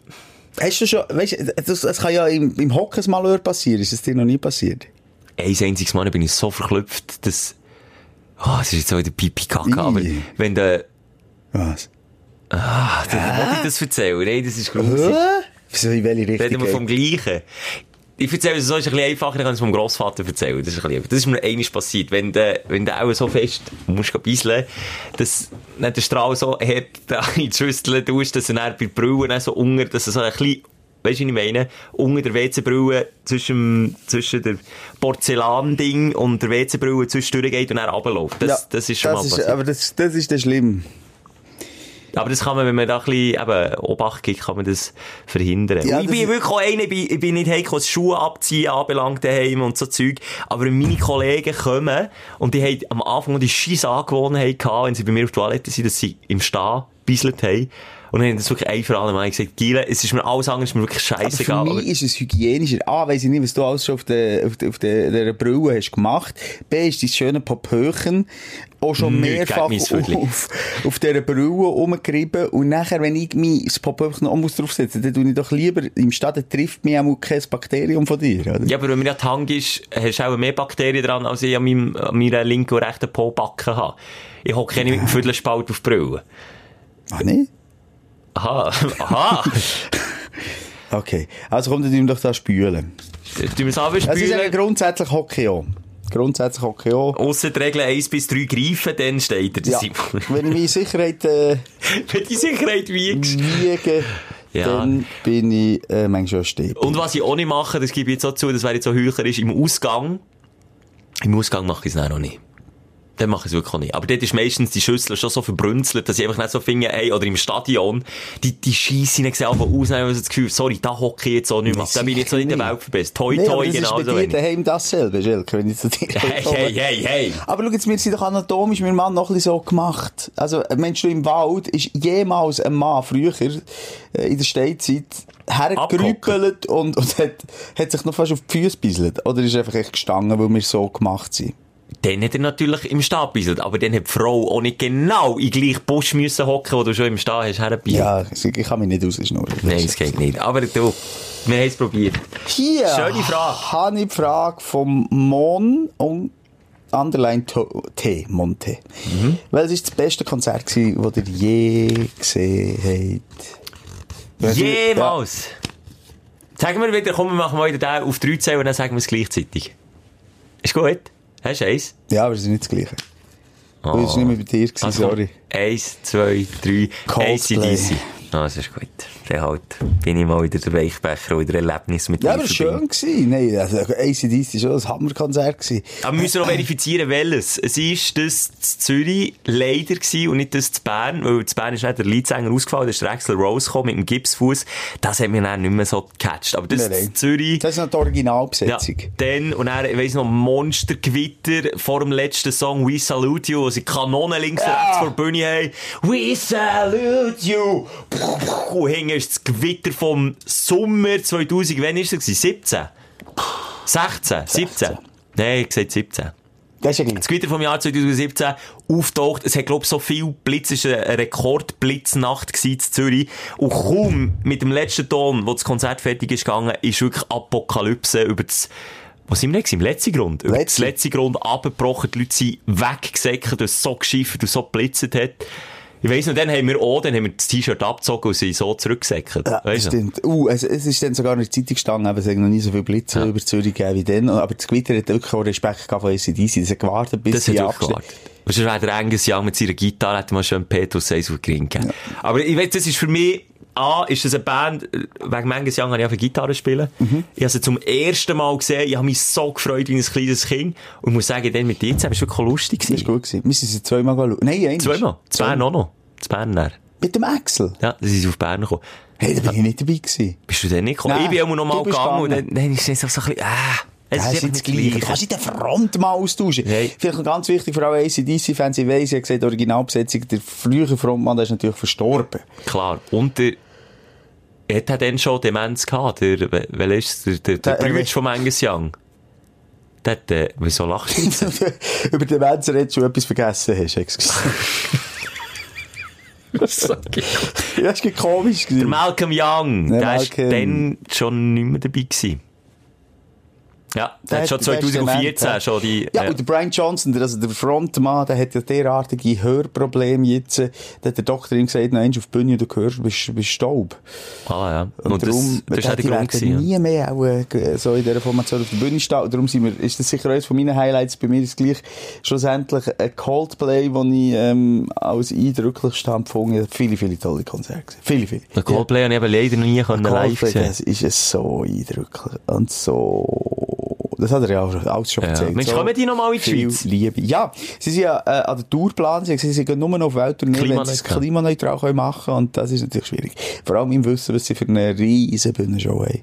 S4: Hast du schon, weißt du, das, das kann ja im, im Hockensmalheur passieren, ist es dir noch nie passiert?
S3: Ein einziges Mal bin ich so verklüpft, dass, oh, es ist jetzt so wieder Pipi-Kacke,
S4: Ih.
S3: aber wenn der,
S4: Was?
S3: ah, dann wollte ich das erzählen, nein, das ist
S4: Hä?
S3: gruselig.
S4: Wieso, in welche Richtung?
S3: Reden wir vom
S4: geht?
S3: Gleichen. Ich erzähle es so, ist ein bisschen einfacher, dann kann ich es meinem Grossvater erzählen. Das ist, ein bisschen, das ist mir einiges passiert. Wenn du, wenn du auch so fest musst gehen beiseln, dass dann der Strahl so hart da in die Schüssel tust, dass er dann bei der Brille dann so unter, dass er so ein bisschen, weißt du, wie ich meine, unter der WC-Brille zwischen, dem- zwischen der Porzellanding und der WC-Brille zwischendurch geht und dann runterläuft. Das, das ist schon mal passiert.
S4: aber das, das ist dann schlimm.
S3: Aber das kann man, wenn man da ein bisschen eben, Obacht gibt, kann man das verhindern.
S4: Ja,
S3: Und ich
S4: das
S3: bin
S4: ist-
S3: wirklich auch einer, ich bin, ich bin nicht heiko, was Schuhe abziehen anbelangt daheim und so Zeug. Aber wenn meine Kollegen kommen und die haben am Anfang die scheisse Angewohnheit gehabt, wenn sie bei mir auf der Toilette sind, dass sie im Stehen gebisselt haben. Und dann haben das wirklich ein für alle Mal gesagt, Gile, es ist mir alles andere, es ist mir wirklich
S4: Aber für
S3: scheißegal.
S4: mich ist es hygienischer. A, weiss ich nicht, was du alles schon auf der, auf der, auf der, der Brille hast gemacht. B, ist dein schöne Papöchen auch schon
S3: Nicht
S4: mehrfach
S3: gegen mein Viertel.
S4: auf, auf dieser Brille rumgerieben. Und nachher, wenn ich mein Papöchen auch muss draufsetzen muss, dann tue ich doch lieber, im Stadion trifft mich auch kein Bakterium von dir, oder?
S3: Ja, aber wenn mir ja die Hand ist, hast du auch mehr Bakterien dran, als ich an, meinem, an meiner linken und rechten Pobacke habe. Ich hocke nicht mit dem Viertelspalt auf die Brille.
S4: Ach, Ah, nicht?
S3: Aha, aha.
S4: Okay. Also komm, dann tun wir doch da spülen.
S3: Du musst aber
S4: Das ist eben
S3: spielen.
S4: grundsätzlich Hockey auch. Grundsätzlich Hockey auch.
S3: Ausser die Regeln 1 bis 3 greifen, dann steht er, der
S4: Ja.
S3: Simon.
S4: Wenn ich meine Sicherheit, äh,
S3: Wenn die Sicherheit wiegst.
S4: wiege,
S3: Ja. Oh,
S4: dann bin ich, äh, manchmal auch stetig.
S3: Und was ich auch nicht mache, das gebe ich jetzt auch zu, das wäre jetzt so heuchlerisch, im Ausgang. Im Ausgang mache ich es dann auch nicht. Dann mache ich es wirklich auch nicht. Aber dort ist meistens die Schüssel schon so verbrünzelt, dass ich einfach nicht so finde, ey, oder im Stadion, die, die Scheisse nicht gesehen, aber ausnehmen, weil das Gefühl, sorry, da hocke ich jetzt auch nicht mehr.
S4: Nee,
S3: Da bin ich jetzt auch nicht der
S4: sicher
S3: Welt verbessert. Toi,
S4: Nee, aber
S3: toi,
S4: das
S3: genau
S4: ist
S3: so
S4: bei dir
S3: wenig.
S4: daheim dasselbe, Schelke, wenn ich zu dir
S3: Hey,
S4: komme.
S3: hey, hey, hey.
S4: Aber schau jetzt, wir sind doch anatomisch, mein Mann, noch ein bisschen so gemacht. Also, äh, meinst du, im Wald ist jemals ein Mann früher äh, in der Steinzeit hergerüppelt und, und hat, hat sich noch fast auf die Füße gebisselt? Oder ist er einfach echt gestanden, weil wir so gemacht sind?
S3: Dann hat er natürlich im Stab gebieselt, aber dann hat die Frau auch nicht genau in gleich Busch müssen hocken, wo du schon im Stab hast, herbeiselt.
S4: Ja, ich ich kann mich nicht ausschnurren.
S3: Nein, es geht nicht. Aber du, wir haben es probiert.
S4: Hier
S3: Schöne Frage.
S4: habe ich die Frage vom Mon und Underline To- T, Monte. Welches ist das beste Konzert, gewesen, das ihr je gesehen habt?
S3: Jemals! Sagen wir wieder, komm, wir machen mal wieder den auf 13 und dann sagen wir es gleichzeitig. Ist gut? Hast du eins?
S4: Ja, ja aber es ist nicht das Gleiche. Oh. Es war nicht mehr bei dir, gewesen,
S3: Also,
S4: sorry.
S3: Eins, zwei, drei.
S4: Coldplay.
S3: ACDC. Ah, das ist gut. Dann halt bin ich mal wieder der Weichbecher und wieder Erlebnis mit
S4: Ja,
S3: dir
S4: aber es war
S3: verbringen.
S4: schön. Gewesen. Nein, also, ACDC war schon ein Hammerkonzert. Gewesen.
S3: Aber wir müssen noch verifizieren, welches. Es ist das zu Zürich leider gewesen und nicht das zu Bern, weil zu Bern ist nicht der Leadsänger ausgefallen, da ist der Axel Rose gekommen mit dem Gipsfuß. Das hat mich dann nicht mehr so gecatcht. Aber das
S4: Nein, nein.
S3: zu Zürich.
S4: Das ist noch die Originalbesetzung.
S3: Ja, dann, und dann, ich weiss noch, Monstergewitter vor dem letzten Song «We Salute You», wo sie Kanonen links und
S4: Ah.
S3: rechts vor der Bühne haben. «We Salute You!» Und hinten ist das Gewitter vom Sommer 2000, wann war das? gewesen? 17? 16? 17? Nein, ich gesagt 17.
S4: Das ist ja gleich.
S3: Das Gewitter vom Jahr 2017 auftaucht. Es hat, glaube ich, so viel Blitz. Es war eine Rekordblitznacht gewesen in Zürich. Und kaum mit dem letzten Ton, wo das Konzert fertig ist gegangen, ist wirklich Apokalypse über das was sind wir denn? Im letzten Grund? Über
S4: Letzte.
S3: Das letzte Grund abgebrochen. Die Leute sind weggesäckert, weil es so geschiffert und so geblitzt hat. Ich weiss noch, dann haben wir auch, dann haben wir das T-Shirt abgezogen und sind so zurückgesäckert.
S4: Ja, das
S3: Weisst du?
S4: stimmt. Uh, es, es ist dann sogar in der Zeitung gestanden, eben, es hat noch nie so viel Blitze über Zürich gegeben wie Oh, dann. Aber das Gewitter hat wirklich auch Respekt gehabt von ACDC. Das hat gewartet, bis
S3: Das
S4: sie
S3: hat auch
S4: abgeschnitten-
S3: gewartet. Sonst wäre der Angus Young mit seiner Gitarre, hätte man schon Petrus Seis auf den Ring gegeben. Aber ich weiß, das ist für mich, A, ist das eine Band, äh, wegen Angus Young habe ich auch Gitarre spielen.
S4: Mhm.
S3: Ich habe sie zum ersten Mal gesehen, ich habe mich so gefreut wie ein kleines Kind. Und muss sagen, dann mit dir zusammen, ist wirklich lustig
S4: Das ist
S3: gewesen.
S4: gut gewesen. Wir sind sie zweimal schauen. Nein, einmal.
S3: Zweimal. Zu Bern auch noch. Zu Bern dann.
S4: Mit dem Axel.
S3: Ja, sie sind auf Bern gekommen.
S4: Hey, da bin ich nicht dabei gewesen.
S3: Bist du denn nicht gekommen?
S4: Nein,
S3: ich bin auch noch
S4: du
S3: mal
S4: bist
S3: gegangen und dann,
S4: gegangen.
S3: dann ist es so ein bisschen, ah, es
S4: Das
S3: ist
S4: ist
S3: einfach
S4: nicht das
S3: nicht
S4: Gleiche. Du
S3: gleich.
S4: kannst nicht den Front mal austauschen.
S3: Nein.
S4: Vielleicht noch ganz wichtig für alle ACDC-Fans, ich weiss, ich habe gesagt, die Originalbesetzung, der frühere Frontmann, der ist natürlich verstorben.
S3: Klar. Und der, er hat dann schon Demenz gehabt. Der, wel- welcher ist es? der, der, äh,
S4: Der-
S3: der Brütsch von Angus Young? Der, hat, äh, wieso lachst du jetzt?
S4: Über den Wenzer hättest du etwas vergessen, hast du gesagt. Ja, das ist komisch gewesen.
S3: Malcolm Young,
S4: Der
S3: der war
S4: Malcolm.
S3: dann schon nicht mehr dabei gewesen. Ja, der hat schon
S4: die besten
S3: 2014
S4: Momente.
S3: schon die-
S4: Ja,
S3: ja.
S4: und der Brian Johnson, der, also der Frontmann, der hat ja derartige Hörprobleme jetzt. äh, Da hat der Doktor ihm gesagt, noch einmal auf die Bühne, du hörst, bist, bist taub.
S3: Ah, ja. Und,
S4: darum,
S3: das, das war auch der
S4: die
S3: Grund.
S4: werden
S3: Gewesen, ja.
S4: nie mehr auch, äh, g- so in dieser Formation auf der Bühne stehen. Darum sind wir, ist das sicher eines von meinen Highlights. Bei mir ist gleich schlussendlich ein Coldplay, den ich ähm, als eindrücklichst empfunden habe. Viele, viele tolle Konzerte. gesehen. Viele, viele.
S3: Den Coldplay habe ich eben leider noch nie können live
S4: Coldplay,
S3: sehen
S4: das ist es so eindrücklich und so... Das hat er ja auch alles schon
S3: Ja.
S4: gezeigt.
S3: Mensch,
S4: so
S3: kommen die noch mal in die
S4: viel
S3: Schweiz?
S4: Liebe. Ja, sie sind ja äh, an der Tourplan, sie haben gesagt, sie gehen nur noch auf Welttournee, wenn sie es
S3: Klimaneutral.
S4: klimaneutral können machen können und das ist natürlich schwierig. Vor allem im Wissen, was sie für eine riesen Bühnenshow haben.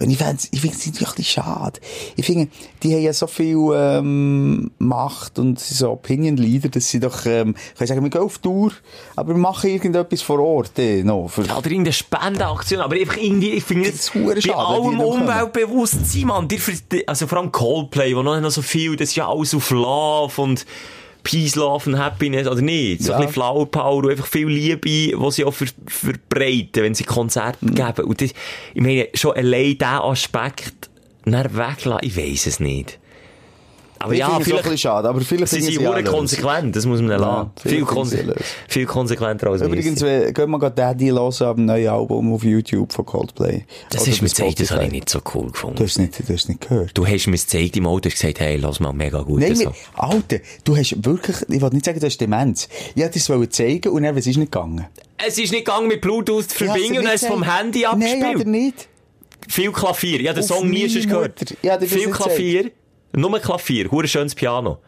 S4: Und ich finde ich find's natürlich ein bisschen schade. Ich finde, die haben ja so viel ähm, Macht und sind so Opinion-Leader, dass sie doch ähm, können sagen, wir gehen auf Tour, aber wir machen irgendetwas vor Ort eh, noch. Für,
S3: Oder irgendeine Spendenaktion, aber einfach irgendwie, ich finde
S4: Das ist verdammt
S3: bei
S4: schade, wenn die
S3: allem
S4: noch kommen.
S3: Umweltbewusstsein, Mann, die, ver- also vor allem Coldplay, wo noch, noch so viel, das ist ja alles auf Love und Peace, Love und Happiness, oder nicht? So
S4: Ja.
S3: ein bisschen Flower Power und einfach viel Liebe, die sie auch ver verbreiten, wenn sie Konzerte
S4: Mhm.
S3: geben. Und das, ich meine, schon allein diesen Aspekt dann weglassen, ich weiss es nicht. Aber
S4: ich
S3: ja,
S4: finde es auch ein
S3: vielleicht...
S4: bisschen schade, aber vielleicht
S3: Sie
S4: finden
S3: sind
S4: sie
S3: sehr
S4: alle-
S3: konsequent, das muss man lassen.
S4: Ja,
S3: viel,
S4: vielleicht
S3: konse
S4: sind sie alle.
S3: viel konsequenter als wir
S4: Übrigens,
S3: sind.
S4: wenn- gehen wir gerade Daddy hören am neuen Album auf YouTube von Coldplay.
S3: das
S4: Oder
S3: ist
S4: bei
S3: mir gezeigt, das habe ich
S4: Spotify.
S3: nicht so cool gefunden.
S4: Du hast es nicht, du hast es nicht gehört.
S3: Du hast mir gezeigt im Auto, hast gesagt, hey, lass mal mega gut.
S4: Nein,
S3: das
S4: wir,
S3: so.
S4: Alter, du hast wirklich, ich wollte nicht sagen, du hast Demenz. Ich wollte es dir zeigen und dann, was ist nicht gegangen?
S3: Es ist nicht gegangen mit Bluetooth zu
S4: Ich hab's
S3: verbinden
S4: dir
S3: und
S4: nicht
S3: hast vom
S4: gezeigt.
S3: Handy
S4: also Nein,
S3: abgespielt.
S4: oder nicht?
S3: Viel Klavier. Ja, den
S4: Auf
S3: Song nie
S4: meine
S3: schon gehört.
S4: Mutter. Ja, dir das
S3: Viel
S4: nicht
S3: Klavier. Nur Klavier. Hure schönes Piano.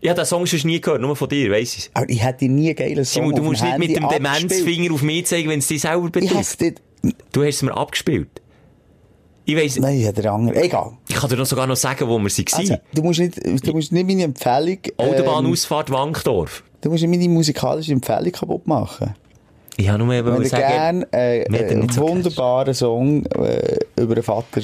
S3: Ja, den Song schon nie gehört, nur von dir, weiss ich.
S4: Aber ich hätte nie einen geilen Song
S3: Simon, du
S4: Oh, auf
S3: musst nicht
S4: Handy
S3: mit dem
S4: abgespielt.
S3: Demenzfinger auf mich zeigen, wenn es dich selber
S4: Ich
S3: betrifft.
S4: hätte nicht...
S3: Du hast es mir abgespielt. Ich weiss,
S4: Nein, ich hätte einen anderen. Egal.
S3: ich kann dir noch sogar noch sagen, wo wir waren.
S4: Also, du musst nicht, du musst nicht meine Empfehlung... Ähm,
S3: Autobahnausfahrt Wankdorf.
S4: du musst nicht meine musikalische Empfehlung kaputt machen.
S3: Ich habe nur
S4: Wenn
S3: eben
S4: ihr
S3: sagen,
S4: gerne äh,
S3: wir hätten
S4: einen
S3: nicht so
S4: wunderbaren Song äh, über den Vater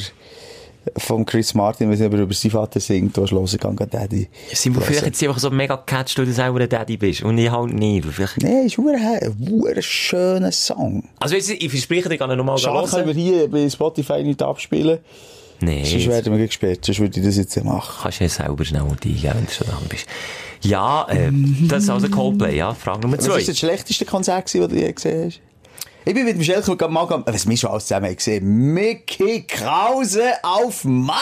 S4: von Chris Martin, wenn er über seinen Vater singt, was hören kann, geht Daddy.
S3: Simon, vielleicht
S4: hören.
S3: hat sie einfach so mega gecatcht, weil du selber ein Daddy Oh, bist. Und ich halt nicht. Vielleicht
S4: Nein, ist verdammt- ein verdammt schöner Song.
S3: Also, weisst du, ich verspreche dir, ich kann ihn nochmal
S4: Schade, können wir
S3: hören.
S4: hier bei Spotify nicht abspielen. Sonst
S3: Nein,
S4: werden wir gleich gesperrt, sonst würde ich das jetzt machen.
S3: kannst du ja selber schnell und eingeben, wenn du schon dran bist. Ja, äh, das ist also Coldplay, ja. Frage Nummer
S4: Was war das
S3: zwei.
S4: schlechteste Konzert, gewesen, das du je gesehen hast? Ich bin mit dem Schelker gerade mal, gegangen- was wir schon alles zusammen haben gesehen, Mickey Krause auf Malle!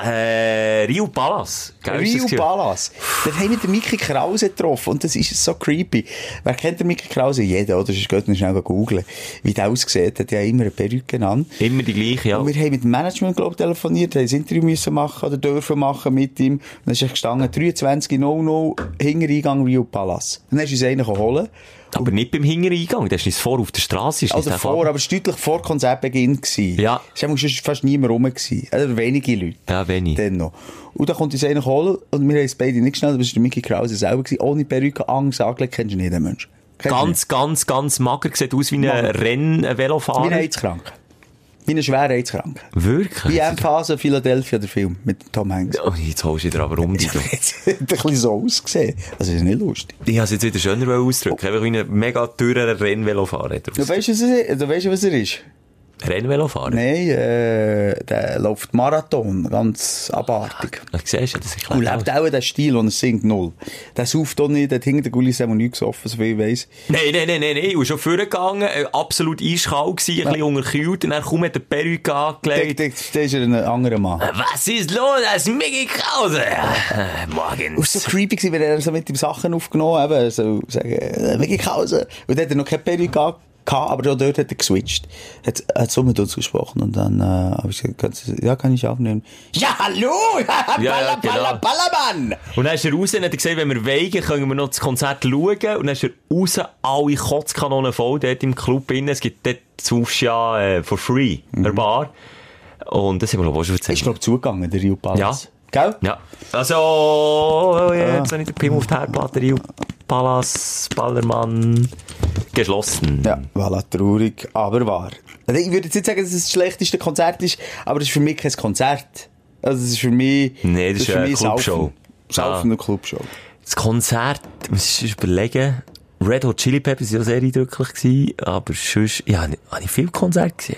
S3: Äh, Rio Palace. Gell, ist das
S4: Rio
S3: gewesen?
S4: Palace. Dort haben wir den Mickey Krause getroffen und das ist so creepy. Wer kennt den Mickey Krause? Jeder, oder? Sonst geht man schnell googeln. Wie der aussieht, hat ja immer eine Perücke an.
S3: Immer die gleiche, ja.
S4: Und wir haben mit dem Management, glaub ich, telefoniert, haben ein Interview müssen machen oder dürfen machen mit ihm. Und dann ist er gestanden, 23.00, Hintereingang Rio Palace. Und dann ist uns einer geholt.
S3: Aber nicht beim Hintereingang. Das ist nicht vor auf der Straße. ist
S4: Also
S3: nicht der
S4: vor,
S3: Fall.
S4: aber es war deutlich vor Konzertbeginn. Gewesen.
S3: Ja.
S4: Es war sonst fast niemand rum. Gewesen. Also wenige Leute.
S3: Ja, wenig.
S4: Dann noch. Und dann kommt uns einer holen und wir haben es beide nicht geschnallt, aber es war der Mickey Krause selber. Gewesen. Ohne Perücke, Angst, angelegt, kennst du nicht den Menschen. Kennst du
S3: Ganz, ganz, ganz mager. Sieht aus wie ein
S4: Mager.
S3: Renn-Velofahrer.
S4: nicht. Wie ein AIDS-Kranker. Wie ein schwer AIDS-Kranker.
S3: Wirklich?
S4: Wie M-Phase Philadelphia, der Film mit Tom Hanks.
S3: Oh, jetzt holst du dir aber um dich. du.
S4: Jetzt hat er ein bisschen so ausgesehen. Also ist nicht lustig.
S3: Ich habe es jetzt wieder schöner ausdrücken. Einfach wie ein mega teurer Rennvelofahrer.
S4: Du weißt, was er, du weißt, was er ist?
S3: Rennvelofahrer?
S4: Nein, äh, der läuft Marathon, ganz abartig.
S3: Ach, siehst du, das ist
S4: Und
S3: klar.
S4: lebt auch den Stil, den er singt, null. Der sauft auch nicht, der hat hinter der Gullis auch nicht gesoffen, so wie ich weiss.
S3: Nein, nein, nein, nein, nein. Ich war schon vorgegangen, äh, absolut eiskalt gewesen, ein bisschen unterkühlt. Und dann kommt er die Perücke
S4: Der,
S3: angelegt.
S4: der, der ist ja ein anderer Mann.
S3: Was ist los? Das ist Mickey Krause. Äh,
S4: Und so
S3: Morgens.
S4: creepy gewesen, wenn er so mit ihm Sachen aufgenommen hat, eben, er so sagen, äh, wirklich Hause. Und dann hat er noch keine Perücke gehabt, aber auch dort hat er geswitcht. Hat, hat so mit uns gesprochen und dann, äh, habe ich gesagt, kannst du- ja, kann ich aufnehmen. Ja, hallo! Balla,
S3: Ja, ja,
S4: balla,
S3: genau.
S4: ballermann!
S3: Und dann ist er raus und hat gesagt, wenn wir wegen, können wir noch das Konzert schauen. Und dann ist er raus, alle Kotzkanonen voll dort im Club innen. Es gibt dort, zaufst du ja, äh, for free, eine Bar. Und das haben wir, glaube ich, auch schon erzählt.
S4: Ist, glaub ich, zugegangen, der Rio Palace. Gell?
S3: Ja. Also, oh, jetzt
S4: Ah.
S3: habe ich den Pimmel auf die Herdplatte, Rio Palace, Ballermann, geschlossen.
S4: Ja, voilà, Ähm, traurig, aber wahr. Also Ich würde jetzt nicht sagen, dass es das schlechteste Konzert ist, aber es ist für mich kein Konzert. Also es ist für mich...
S3: Nee, das ist eine Clubshow.
S4: Saufen, Saufen
S3: Ah.
S4: und Clubshow.
S3: Das Konzert, muss ich überlegen, Red Hot Chili Peppers war ja sehr eindrücklich, gewesen, aber sonst, ja, habe ich- habe ich viel Konzert gesehen.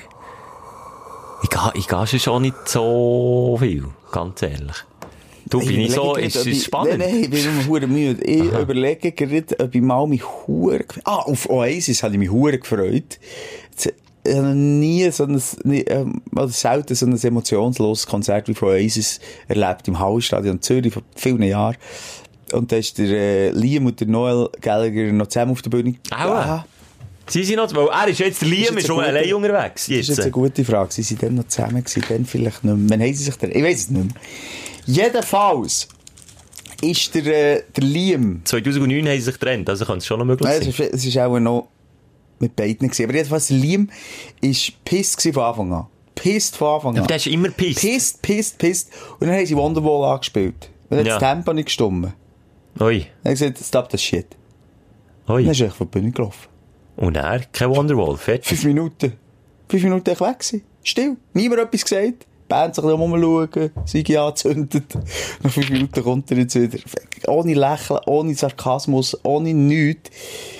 S3: Ich gehe ich geh schon schon nicht so viel, ganz ehrlich. Du, bin ich so, ist es spannend?
S4: Nein, nein, ich bin immer hure müde. Ich überlege gerade, ob ich mal mich hure... gef- Ah, auf Oasis habe ich mich hure gefreut. Jetzt, Ich habe nie so ein, nie, ähm, also selten so ein emotionsloses Konzert wie von Oasis erlebt im Hallstadion Zürich vor vielen Jahren. Und da ist der äh, Liam und der Noel Gallagher noch zusammen auf der Bühne.
S3: Aua.
S4: Ja,
S3: Sie sind noch, weil er ist jetzt, der Liam
S4: jetzt
S3: ist
S4: eine
S3: schon
S4: gute-
S3: allein unterwegs.
S4: Das ist
S3: Jetzt.
S4: jetzt eine gute Frage. Sie sind dann noch zusammen, gewesen, dann vielleicht nicht mehr. Wann haben sie sich denn? Ich weiß es nicht mehr. Jedenfalls ist der, äh, der Liam,
S3: 2009 haben sie sich getrennt, also kann es schon noch möglich
S4: Nein, es
S3: sein.
S4: ist, es ist auch noch mit beiden gewesen. Aber jedenfalls, der Liam ist pissed gewesen von Anfang an. Pissed von Anfang an.
S3: Aber der ist immer pissed.
S4: Pissed, pissed, pissed. Und dann haben sie Wonderwall angespielt. Und dann
S3: Ja.
S4: hat das Tempo nicht gestimmt.
S3: Oi,
S4: Dann haben sie gesagt, stop das shit. Dann
S3: oi.
S4: ist er von der Bühne gelaufen.
S3: Und er, kein Wonderwall, fertig.
S4: Fünf Minuten. Fünf Minuten war ich weg. Gewesen. Still. Niemand etwas gesagt. Die Band sich ein bisschen umschauen, Sigi angezündet. Nach fünf Minuten kommt er jetzt wieder. Ohne Lächeln, ohne Sarkasmus, ohne nichts.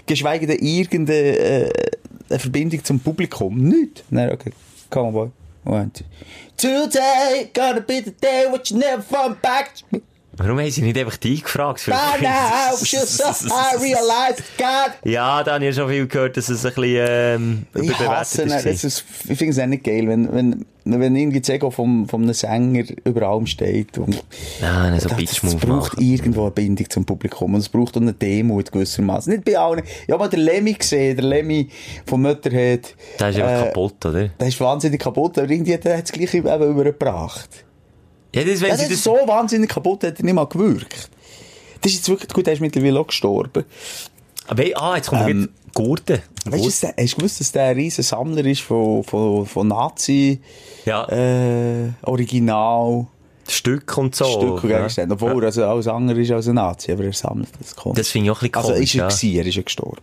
S4: Geschweige denn irgendeine äh, eine Verbindung zum Publikum. Nichts. Nein, okay. Come on, boy. One, two. Today gonna be the day which you never found back.
S3: Warum haben sie nicht einfach dich gefragt? Für
S4: By now, you're so I realized God
S3: Ja, da habe ich schon viel gehört, dass es ein bisschen ähm,
S4: Ich hasse
S3: überbewertet
S4: ihn.
S3: ist.
S4: Das ist, ich finde es auch nicht geil, wenn, wenn, wenn irgendwie das Ego vom, vom einem Sänger über allem steht. Und
S3: Nein, so
S4: das,
S3: Bitch-Move
S4: es braucht
S3: machen.
S4: irgendwo eine Bindung zum Publikum und es braucht auch eine Demut gewissermaßen. Nicht bei allen. Ich habe mal den Lemmy gesehen, der Lemmy von Mutterhead.
S3: Der ist einfach
S4: äh,
S3: kaputt, oder?
S4: Der ist wahnsinnig kaputt, aber irgendwie hat er das gleiche eben übergebracht.
S3: Ja, das, wenn
S4: Ja,
S3: sie Also
S4: der
S3: das
S4: ist so wahnsinnig kaputt, hat er nicht mal gewirkt. Das ist jetzt wirklich gut, er ist mittlerweile auch gestorben.
S3: Aber hey, ah, jetzt kommt ähm, Gurten.
S4: Weißt du, dass der- hast du gewusst, dass der ein riesen Sammler ist von, von, von Nazi?
S3: ja,
S4: äh, Original
S3: Stück und so.
S4: Stück und
S3: Oh, ja.
S4: Gegenstände. Obwohl er also alles andere ist als ein Nazi, aber er sammelt das Kunst.
S3: Das finde ich auch ein bisschen
S4: also
S3: komisch,
S4: ist
S3: ja.
S4: er gewesen, er ist ja gestorben.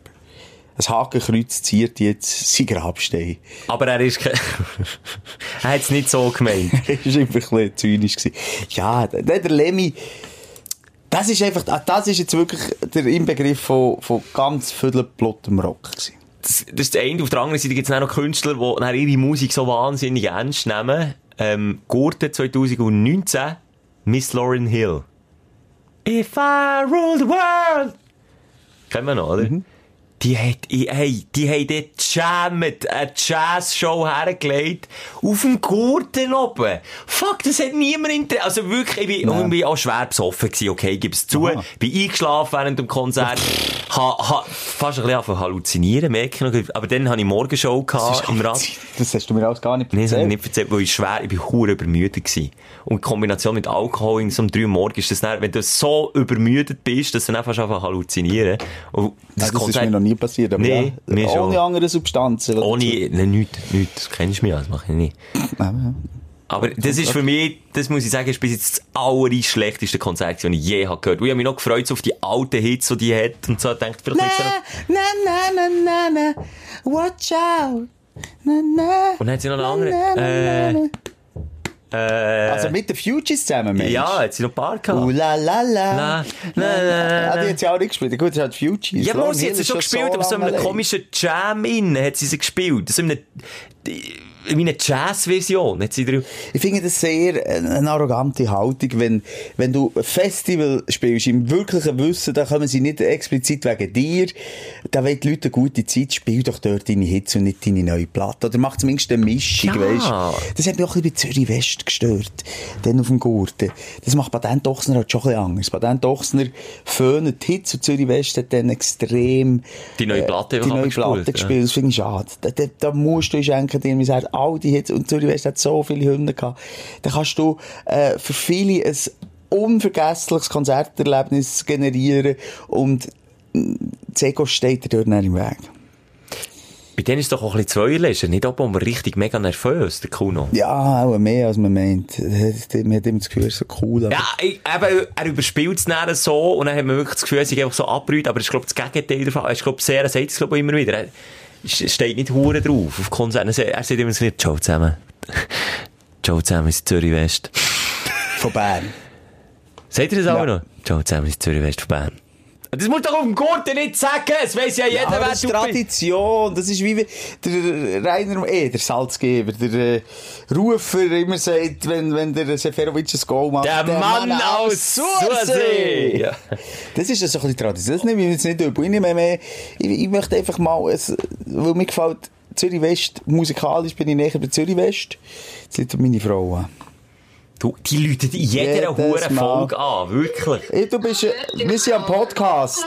S4: Ein Hakenkreuz ziert jetzt sein Grabstein.
S3: Aber er ist... ke- er hat es nicht so gemeint.
S4: Er war einfach ein bisschen zynisch. Gewesen. Ja, der, der Lemmy, das ist einfach, ah, das ist jetzt wirklich der Inbegriff von, von ganz viel blottem Rock gewesen.
S3: das, das ist das eine. Auf der anderen Seite gibt es noch Künstler, die dann ihre Musik so wahnsinnig ernst nehmen. Ähm, Gurten 2019, Miss Lauren Hill. If I rule the world! Kennen wir noch, oder? Die hat, i- hey, die haben dort gejammt, eine Jazz-Show hergelegt, auf dem Gurten oben. Fuck, das hat niemand interessiert. Also wirklich, ich bin, und ich bin auch schwer besoffen gewesen, okay, øh, gib's zu.
S4: Aha.
S3: Bin eingeschlafen während dem Konzert, ha, ha, fast ein bisschen angefangen zu halluzinieren, merke ich noch. Aber dann hatte ich Morgenshow gehabt, im Rad.
S4: Das hast du mir alles gar nicht
S3: Nein, das habe
S4: erzählt.
S3: ich nicht erzählt, weil ich schwer, ich bin hure übermüdet gewesen. Und in Kombination mit Alkohol in so um 3 Uhr morgens ist das dann, wenn du so übermüdet bist, dass du dann fast anfängst zu halluzinieren. Und
S4: Nein, das ist
S3: Konzert-
S4: mir noch nie passiert. Aber
S3: Nee,
S4: ja,
S3: mir
S4: ohne
S3: schon.
S4: andere Substanzen.
S3: Ohne, nein, nichts, nichts. Das kennst du mich, das mache ich nicht. Aber das ist für mich, das muss ich sagen, ist bis jetzt das allerschlechteste Konzert, das ich je habe gehört. Und ich habe mich noch gefreut so auf die alten Hits, die die hat und so. Ich dachte, vielleicht ist noch...
S4: na, na, na, na, na, watch out. Na, na.
S3: Und dann hat sie noch eine
S4: Na, na, na,
S3: andere. Äh, äh,
S4: Also mit den Futures zusammen, Mensch.
S3: ja, hat sie noch ein paar gehabt.
S4: Uh, la, la,
S3: Oh. La,
S4: la.
S3: la, la, la.
S4: Ah, die hat sie auch nicht gespielt. Gut, das hat Futures.
S3: Ja,
S4: Lauren
S3: aber sie
S4: Hill
S3: hat sie
S4: ist
S3: schon gespielt, aber so in
S4: lange
S3: einem
S4: allein.
S3: komischen Jam innen hat sie sie gespielt. So in einer, in einer Jazz-Version hat sie drauf.
S4: Ich finde das sehr äh, eine arrogante Haltung, wenn, wenn du ein Festival spielst, im wirklichen Wissen, da kommen sie nicht explizit wegen dir, da wollen die Leute eine gute Zeit, spiel doch dort deine Hits und nicht deine neue Platte. Oder mach zumindest eine Mischung,
S3: Ja.
S4: weißt Das hat mich auch ein bisschen bei Zürich West gestört. Dann auf dem Gurten. Das macht Patent Ochsner halt schon ein bisschen anders. Patent Ochsner föhnt die Hits und Zürich West hat dann extrem
S3: Die neue
S4: äh,
S3: Platte
S4: die
S3: haben wir
S4: neue
S3: gespielt,
S4: Platte
S3: ja.
S4: gespielt. Das finde ich schade. Da, da, da musst du schenken, dir wir sagen, all die Hits, und Zürich West hat so viele Hymnen gehabt. Da kannst du, äh, für viele ein unvergessliches Konzerterlebnis generieren und mh, das Ego steht dir dort nicht im Weg.
S3: Bei denen ist es doch auch ein bisschen zweierlei. Ist er nicht oben, aber richtig mega nervös, der Kuno.
S4: Ja, auch mehr als man meint. Äh, Man hat immer das Gefühl, so cool. aber-
S3: Ja, ich, eben, er überspielt es dann so und dann hat man wirklich das Gefühl, er sei einfach so abbrüht, aber ich glaube, das Gegenteil davon, er ist, glaube sehr, er sagt es, glaube immer wieder, er s- steht nicht hure drauf auf Konzerten, er sagt- er sagt immer so, ciao zusammen, ciao zusammen ist Zürich West.
S4: Von Bern.
S3: Seht ihr das auch
S4: Ja.
S3: noch? Ciao zusammen ist Zürich West von Bern. Das musst du doch auf dem Gurten nicht sagen. Es weiss ja jeder,
S4: Ja, aber
S3: wer
S4: das
S3: du
S4: ist
S3: bist.
S4: Tradition. Das ist wie der Rainer, eh, der Salzgeber, der äh, Rufer immer sagt, wenn, wenn der Seferovic ein Goal macht.
S3: Der Mann aus Sursee. Ja.
S4: Das ist ja so ein bisschen Tradition. Das nehme ich jetzt nicht übel. Ich nehme mehr, ich, ich möchte einfach mal, es, weil mir gefällt Zürich West, musikalisch bin ich näher bei Zürich West. Jetzt liegt meine Frau an.
S3: Du, die läuten in jeder
S4: Jedes
S3: hohen
S4: Mal.
S3: Folge an. Wirklich.
S4: Ey, du bist, äh, wir sind am Podcast.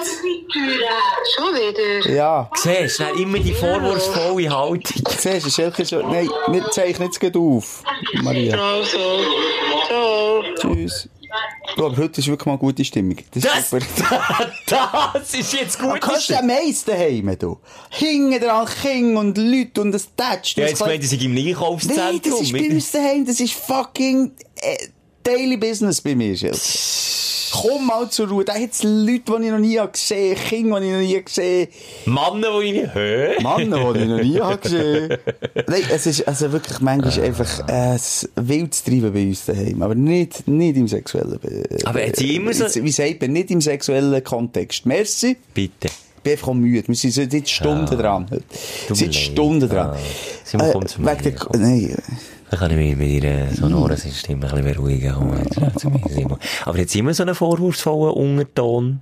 S5: Schon wieder?
S4: Ja.
S3: Siehst du, dann immer die vorwurfsvolle Haltung.
S4: Siehst du, Schelke schon, nein, nicht, zeichne jetzt gleich auf. Maria.
S5: Also, ciao.
S4: Tschüss. Du, aber heute ist wirklich mal eine gute Stimmung. Das,
S3: Das,
S4: ist super.
S3: das ist jetzt
S4: Du
S3: gut.
S4: kannst am meisten heim, du. Hinten dran King und Leute und es tätscht.
S3: Ja, jetzt meint, sie sind im Einkaufszentrum.
S4: Nein, das ist bei uns daheim, das ist fucking äh, Daily Business bei mir, Schelke. Komm mal zur Ruhe. Da hat es Leute, die ich noch nie habe gesehen habe, Kinder, die ich noch nie gesehen habe.
S3: Männer, die ich höre.
S4: Mann, den ich noch nie habe gesehen Nein, es ist also wirklich manchmal einfach äh, es ist wildes Treiben bei uns daheim. Aber nicht, nicht im sexuellen. äh,
S3: Aber hat sie immer so-
S4: Wie wie sagt man, nicht im sexuellen Kontext. Merci.
S3: Bitte.
S4: Ich bin einfach auch müde. Wir sind seit Stunden dran.
S3: mir
S4: Seit
S3: leid.
S4: Stunden dran.
S3: Ah. Simon,
S4: Eh,
S3: komm zu mir.
S4: wegen der, nein,
S3: Dann kann ich mich mit ihrer sonoren System ein bisschen mehr ruhiger kommen. Jetzt rechts um mich, Simon. Aber jetzt immer so einen vorwurfsvollen Unterton.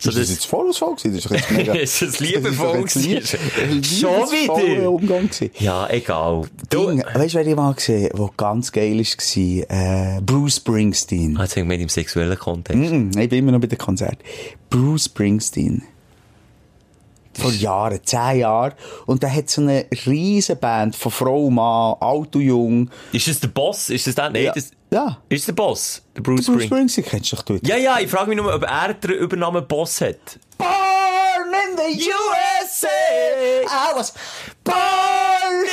S3: So,
S4: ist das
S3: das,
S4: jetzt Vorwurfsvoll gewesen? Das ist doch jetzt mega...
S3: Es ist ein liebevoll
S4: Das ist doch jetzt
S3: gewesen.
S4: lieb-
S3: Schon wieder?
S4: liebevoller Umgang gewesen.
S3: ja, egal. Du,
S4: Ding, weißt du, wer ich mal gesehen der ganz geil war? Äh, Bruce Springsteen.
S3: Ah, jetzt sind wir im sexuellen Kontext.
S4: Mm, ich bin immer noch bei den Konzert. Bruce Springsteen. Vor Jahren, zehn Jahren. Und der hat so eine riesen Band von Frau, Mann, Alt und Jung.
S3: Ist das der Boss? Ist das der? Nein,
S4: Ja.
S3: das,
S4: Ja.
S3: ist der Boss? Der Bruce,
S4: Bruce
S3: Springsteen.
S4: Springsteen kennst du doch, du.
S3: Ja, ja, ich frage mich nur, ob er den Übernamen Boss hat.
S4: Born in the USA! I Ah, was born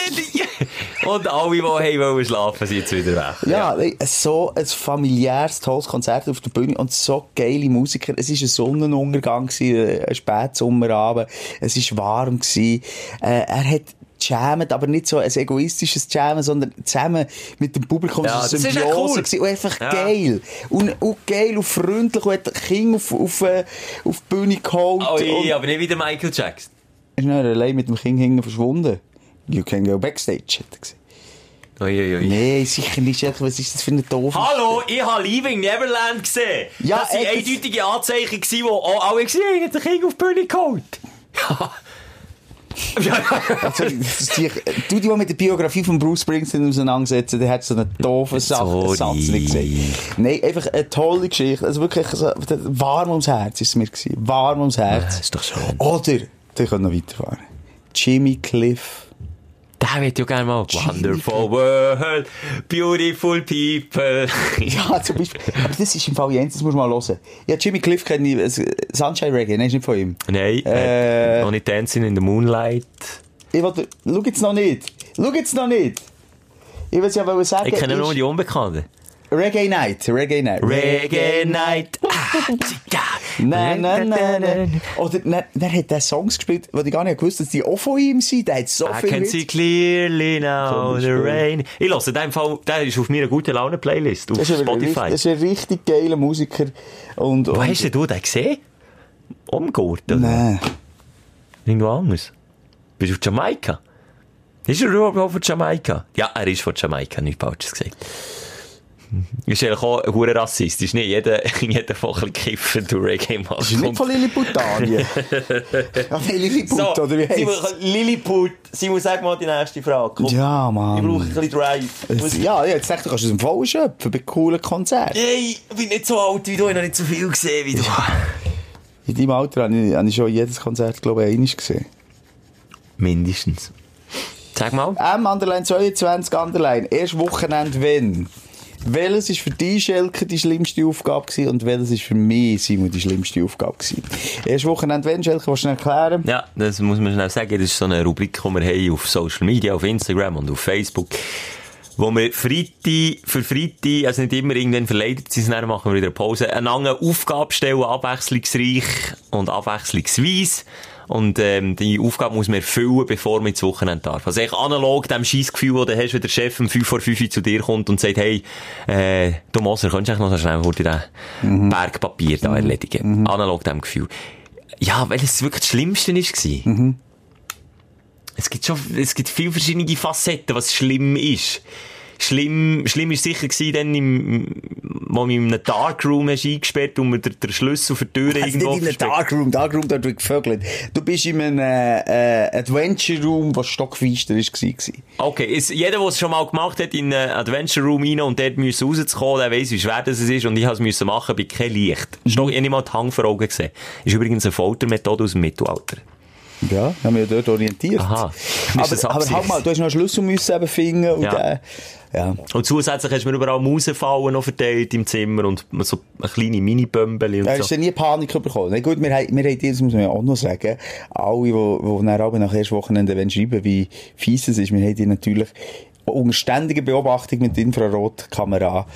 S4: in the
S3: Und alle, die haben wollen schlafen, sind jetzt wieder weg.
S4: Ja, nee, so ein familiäres, tolles Konzert auf der Bühne und so geile Musiker. Es war ein Sonnenuntergang, gewesen, eh, ein Spätsommerabend. Es war warm. Gewesen. Äh, er hat gejammt, aber nicht so ein egoistisches Jammen, sondern zusammen mit dem Publikum.
S3: Ja,
S4: so
S3: das ist ja
S4: Symbiose
S3: cool.
S4: gewesen. Und einfach
S3: Ja.
S4: geil. Und, und geil und freundlich. Und hat Kinder auf, auf, äh, auf die Bühne geholt.
S3: Oh,
S4: und
S3: ich, aber nicht wieder Michael Jackson.
S4: ist dann allein mit dem Kind hinten verschwunden. You can go backstage, hat er gesagt.
S3: Oi, oi, oi.
S4: Nee, sicher nicht. Schelke. Was ist das für eine doofe
S3: Hallo, ich habe Leaving Neverland gesehen.
S4: Ja,
S3: das waren
S4: ey, das-
S3: eindeutige Anzeichen, gewesen, die auch alle gesehen haben. hat den King auf die Bühne geholt. Ja.
S4: Sorry, das ist die- Du, die mal mit der Biografie von Bruce Springsteen auseinandersetzen, der hat so einen doofen Sache,
S3: Sorry.
S4: Satz nicht gesagt. Nein, einfach eine tolle Geschichte. Also wirklich so, warm ums Herz ist es mir gewesen. Warm ums Herz.
S3: ist doch schön.
S4: Oder, die können noch weiterfahren. Jimmy Cliff.
S3: Der wird ja gerne mal Wonderful World, Beautiful People.
S4: Ja, zum Beispiel. Aber das ist im Fall Jens, das muss man mal hören. Ja, Jimmy Cliff kenne ich, äh, Sunshine Reggae, nein, ist nicht von ihm.
S3: Nein,
S4: Äh.
S3: äh, noch nicht Dancing in the Moonlight.
S4: Ich wollte, schau jetzt noch nicht. Schau jetzt noch nicht. Ich will es ja wollen sagen.
S3: Ich kenne nur
S4: ist
S3: die Unbekannten.
S4: Reggae Night, Reggae Night.
S3: Reggae Night. Ah, ja.
S4: Nein, nein, nein, nein. Oder nein, er hat den Songs gespielt, wo ich gar nicht gewusst dass die auch von ihm sind. Der hat so
S3: I
S4: viel
S3: can
S4: Hits.
S3: see Ah, clearly now
S4: Zum
S3: the
S4: Beispiel.
S3: rain. Ich lasse in dem Fall, der ist auf meiner guten Laune-Playlist auf
S4: Das ist, ein, richtig-
S3: Spotify.
S4: das ist ein richtig geiler Musiker. Und, und
S3: Wo hast denn du den gesehen? Umgurt oder
S4: Nein.
S3: irgendwo anders? Bist du auf Jamaika? Ist er überhaupt auch von Jamaika? Ja, er ist von Jamaika, nichts Falsches gesagt. Ist eigentlich auch hure rassistisch, nicht? Jeder, jeder von ein bisschen kiffen durch Reggae macht.
S4: Das ist nicht von Lilliputania. ja, von Lilliput,
S3: so,
S4: oder wie
S3: Simon,
S4: heißt
S3: Lilliput, Simon, sag mal die nächste Frage. Komm,
S4: Ja,
S3: Ich brauche ein
S4: Mann.
S3: bisschen Drive.
S4: Es- Ja, ja, jetzt dachte ich, du kannst aus dem Vollen schöpfen bei coolen Konzerten.
S3: Hey, ich bin nicht so alt wie du, ich habe noch nicht so viel gesehen wie du.
S4: In deinem Alter habe ich, habe ich schon jedes Konzert, glaube ich, einmal gesehen.
S3: Mindestens. Sag mal.
S4: M, Underline 22, Underline. Erst Wochenende, wenn? Welches ist für dich, Schelke, die schlimmste Aufgabe gewesen und welches ist für mich, Simon, die schlimmste Aufgabe gewesen? Erst Wochenende, wenn, Schelke, willst du schnell erklären?
S3: Ja, dus das muss man schnell sagen. Das ist so eine Rubrik, die wir haben auf Social Media, auf Instagram und auf Facebook. Wo wir Freitag, für Freitag, also nicht immer irgendwann verleidet sind, dann machen wir eh, wieder eine Pause, eine lange Aufgabe stellen, abwechslungsreich und abwechslungsweise. Und ähm, die Aufgabe muss man erfüllen, bevor man ins Wochenende darf. Also eigentlich analog dem Scheissgefühl, das du hast, wenn der Chef um 5 vor 5 Uhr zu dir kommt und sagt, hey, äh, du Moser, könntest du eigentlich noch so schnell kurz den Berg Papier da erledigen? Analog dem Gefühl. Ja, weil es wirklich das Schlimmste war.
S4: Mhm.
S3: Es gibt schon, es gibt viele verschiedene Facetten, was schlimm ist. Schlimm, schlimm ist sicher gewesen, dann im, wo man in einem Darkroom hast eingesperrt und man den, den Schlüssel für die Tür
S4: Also nicht
S3: irgendwo
S4: in einem
S3: versteckt.
S4: Darkroom, Darkroom, da wird gevögelt. Du bist in einem äh, äh, Adventure Room, was stockfeister war. gewesen.
S3: Okay, es, jeder, der es schon mal gemacht hat, in einen Adventure Room rein und dort müssen rauszukommen, der weiss, wie schwer das ist und ich habe es müssen machen bei kein Licht. Mhm. Ich habe nicht mal die Hang vor Augen gesehen. Ist übrigens eine Foltermethode aus dem Mittelalter.
S4: Ja, haben wir ja dort orientiert.
S3: Aha. Ist das
S4: Aber, aber
S3: Absicht?
S4: halt mal, du hast noch einen Schlüssel müssen eben finden und
S3: Ja.
S4: ja. Äh, ja.
S3: Und zusätzlich hast du mir überall Mausenfallen noch verteilt im Zimmer und so eine kleine Mini-Bömbel und
S4: Da hast
S3: so.
S4: du nie Panik bekommen. Na gut, wir, haben- wir haben dir, das muss man ja auch noch sagen, alle, die, die dann auch nach ersten Wochenende wollen schreiben wie fies es ist, wir haben dir natürlich unter ständiger Beobachtung mit Infrarotkamera.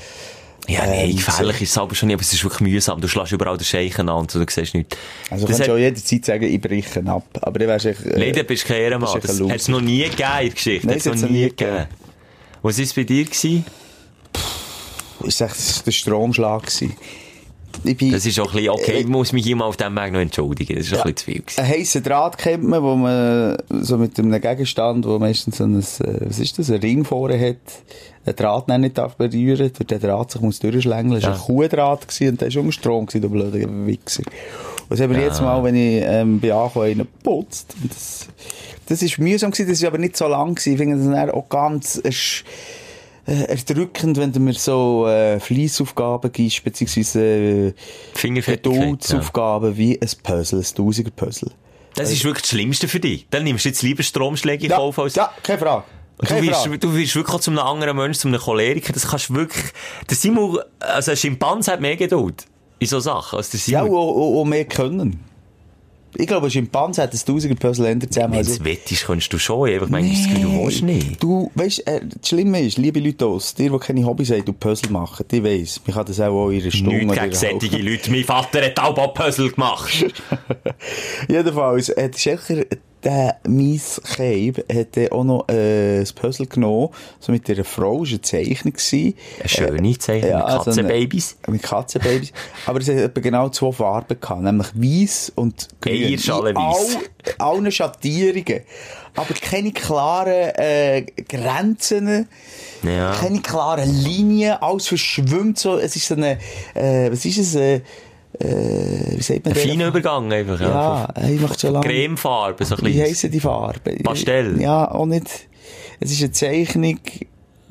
S3: Ja, nee,
S4: Ähm,
S3: gefährlich ist es aber schon nicht, aber es ist wirklich mühsam. Du schlägst überall den Scheichen an und so, du siehst nichts.
S4: Also
S3: das
S4: kannst
S3: hat,
S4: du auch jederzeit sagen, ich breche ihn ab. Aber dann wärst du echt, äh,
S3: Nein, da bist du kein Ehrenmann.
S4: bist du
S3: Das
S4: ein
S3: hat es noch nie gegeben in der Geschichte.
S4: Nein,
S3: Hat's
S4: das
S3: noch
S4: hat's
S3: nie gegeben. Was war es bei dir? Gewesen?
S4: ist echt der Stromschlag gewesen. Ich bin
S3: Das ist auch ein bisschen,
S4: Äh,
S3: okay, ich muss mich hier mal auf diesem Weg noch entschuldigen. Das ist ein bisschen zu viel. gewesen.
S4: Ein heißer Draht kennt man, wo man so mit einem Gegenstand, wo meistens so ein, äh, was ist das, ein Ring vorne hat, einen Draht dann nicht darf berühren, durch den Draht sich muss durchschlängeln. Das war
S3: Ja.
S4: ein Kuhdraht gewesen, und der war unter Strom, gewesen, der blöde Wichser. Und das haben wir jetzt mal, wenn ich ähm, bei Ankommen einen putzt. Und Das, das ist mühsam gewesen, das ist aber nicht so lang gewesen. Ich finde das dann auch ganz... äh, sch- äh, Erdrückend, wenn du mir so äh, Fleissaufgaben gibst, beziehungsweise äh,
S3: Fingerfertigkeit. Ja.
S4: Dutzaugaben wie ein Puzzle, ein Tausiger-Puzzle.
S3: Das ist wirklich das Schlimmste für dich. Dann nimmst du jetzt lieber Stromschläge in
S4: Ja,
S3: Kauf als...
S4: ja, keine Frage.
S3: Und Du
S4: Keine
S3: wirst,
S4: Frage.
S3: du wirst wirklich auch zu einem anderen Mensch, zu einem Choleriker. Das kannst du wirklich... Der Simon, also ein Schimpanse hat mehr Geduld in so Sachen als der
S4: Ja, und,
S3: Simon.
S4: und, und mehr können. Ich glaube, ein Schimpanse hat ein Tausiger-Puzzle ändert zusammen.
S3: Wenn du wettest, könntest du schon. Ich habe manchmal das Gefühl, du willst nicht.
S4: Du, weißt, äh, das Schlimme ist, liebe Leute aus, dir, die keine Hobbys haben, du Puzzle machen, die weiss, man kann das auch in einer Stunde
S3: Nichts
S4: oder
S3: gegen
S4: einer halben-
S3: solche Leute. Mein Vater hat auch mal Puzzle gemacht.
S4: Jedenfalls, äh, das ist sicher, der mies Cape hat dann auch noch äh, das Puzzle genommen, so mit dieser Frau, das war eine Zeichnung. gewesen.
S3: Eine schöne Zeichnung mit
S4: also eine-
S3: Katzenbabys.
S4: mit Katzenbabys. Aber es hat etwa genau zwei Farben gehabt, nämlich weiß und grün.
S3: Eierschale
S4: In
S3: weiss.
S4: All, allen Schattierungen. Aber keine klaren äh, Grenzen,
S3: Ja.
S4: keine klaren Linien, alles verschwimmt so. Es ist so eine, äh, was ist es, äh, äh, wie sagt man
S3: Ein
S4: der?
S3: feiner Übergang einfach.
S4: Ja,
S3: Ja.
S4: ich mache schon lange.
S3: Cremefarbe, so ein
S4: Wie
S3: bisschen.
S4: heissen die Farben?
S3: Pastell.
S4: Ja, auch nicht. Es ist eine Zeichnung.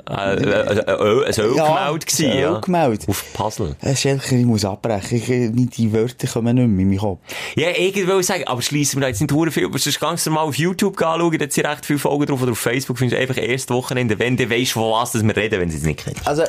S3: Äh, äh, äh, Öl- ein Ölgemälde
S4: Ja,
S3: gewesen,
S4: ein
S3: ja.
S4: Ölgemälde.
S3: Auf Puzzle.
S4: Es ist einfach, Äh, ich muss abbrechen. Ich, äh, die Wörter kommen nicht mehr in meinen Kopf.
S3: Ja, ich will sagen, aber schliessen wir da jetzt nicht hure viel, aber sonst kannst du mal auf YouTube anschauen, da sind recht viele Folgen drauf, oder auf Facebook findest du einfach erst Wochenende, wenn du weisst, von was dass wir reden, wenn du es nicht kennst.
S4: Also,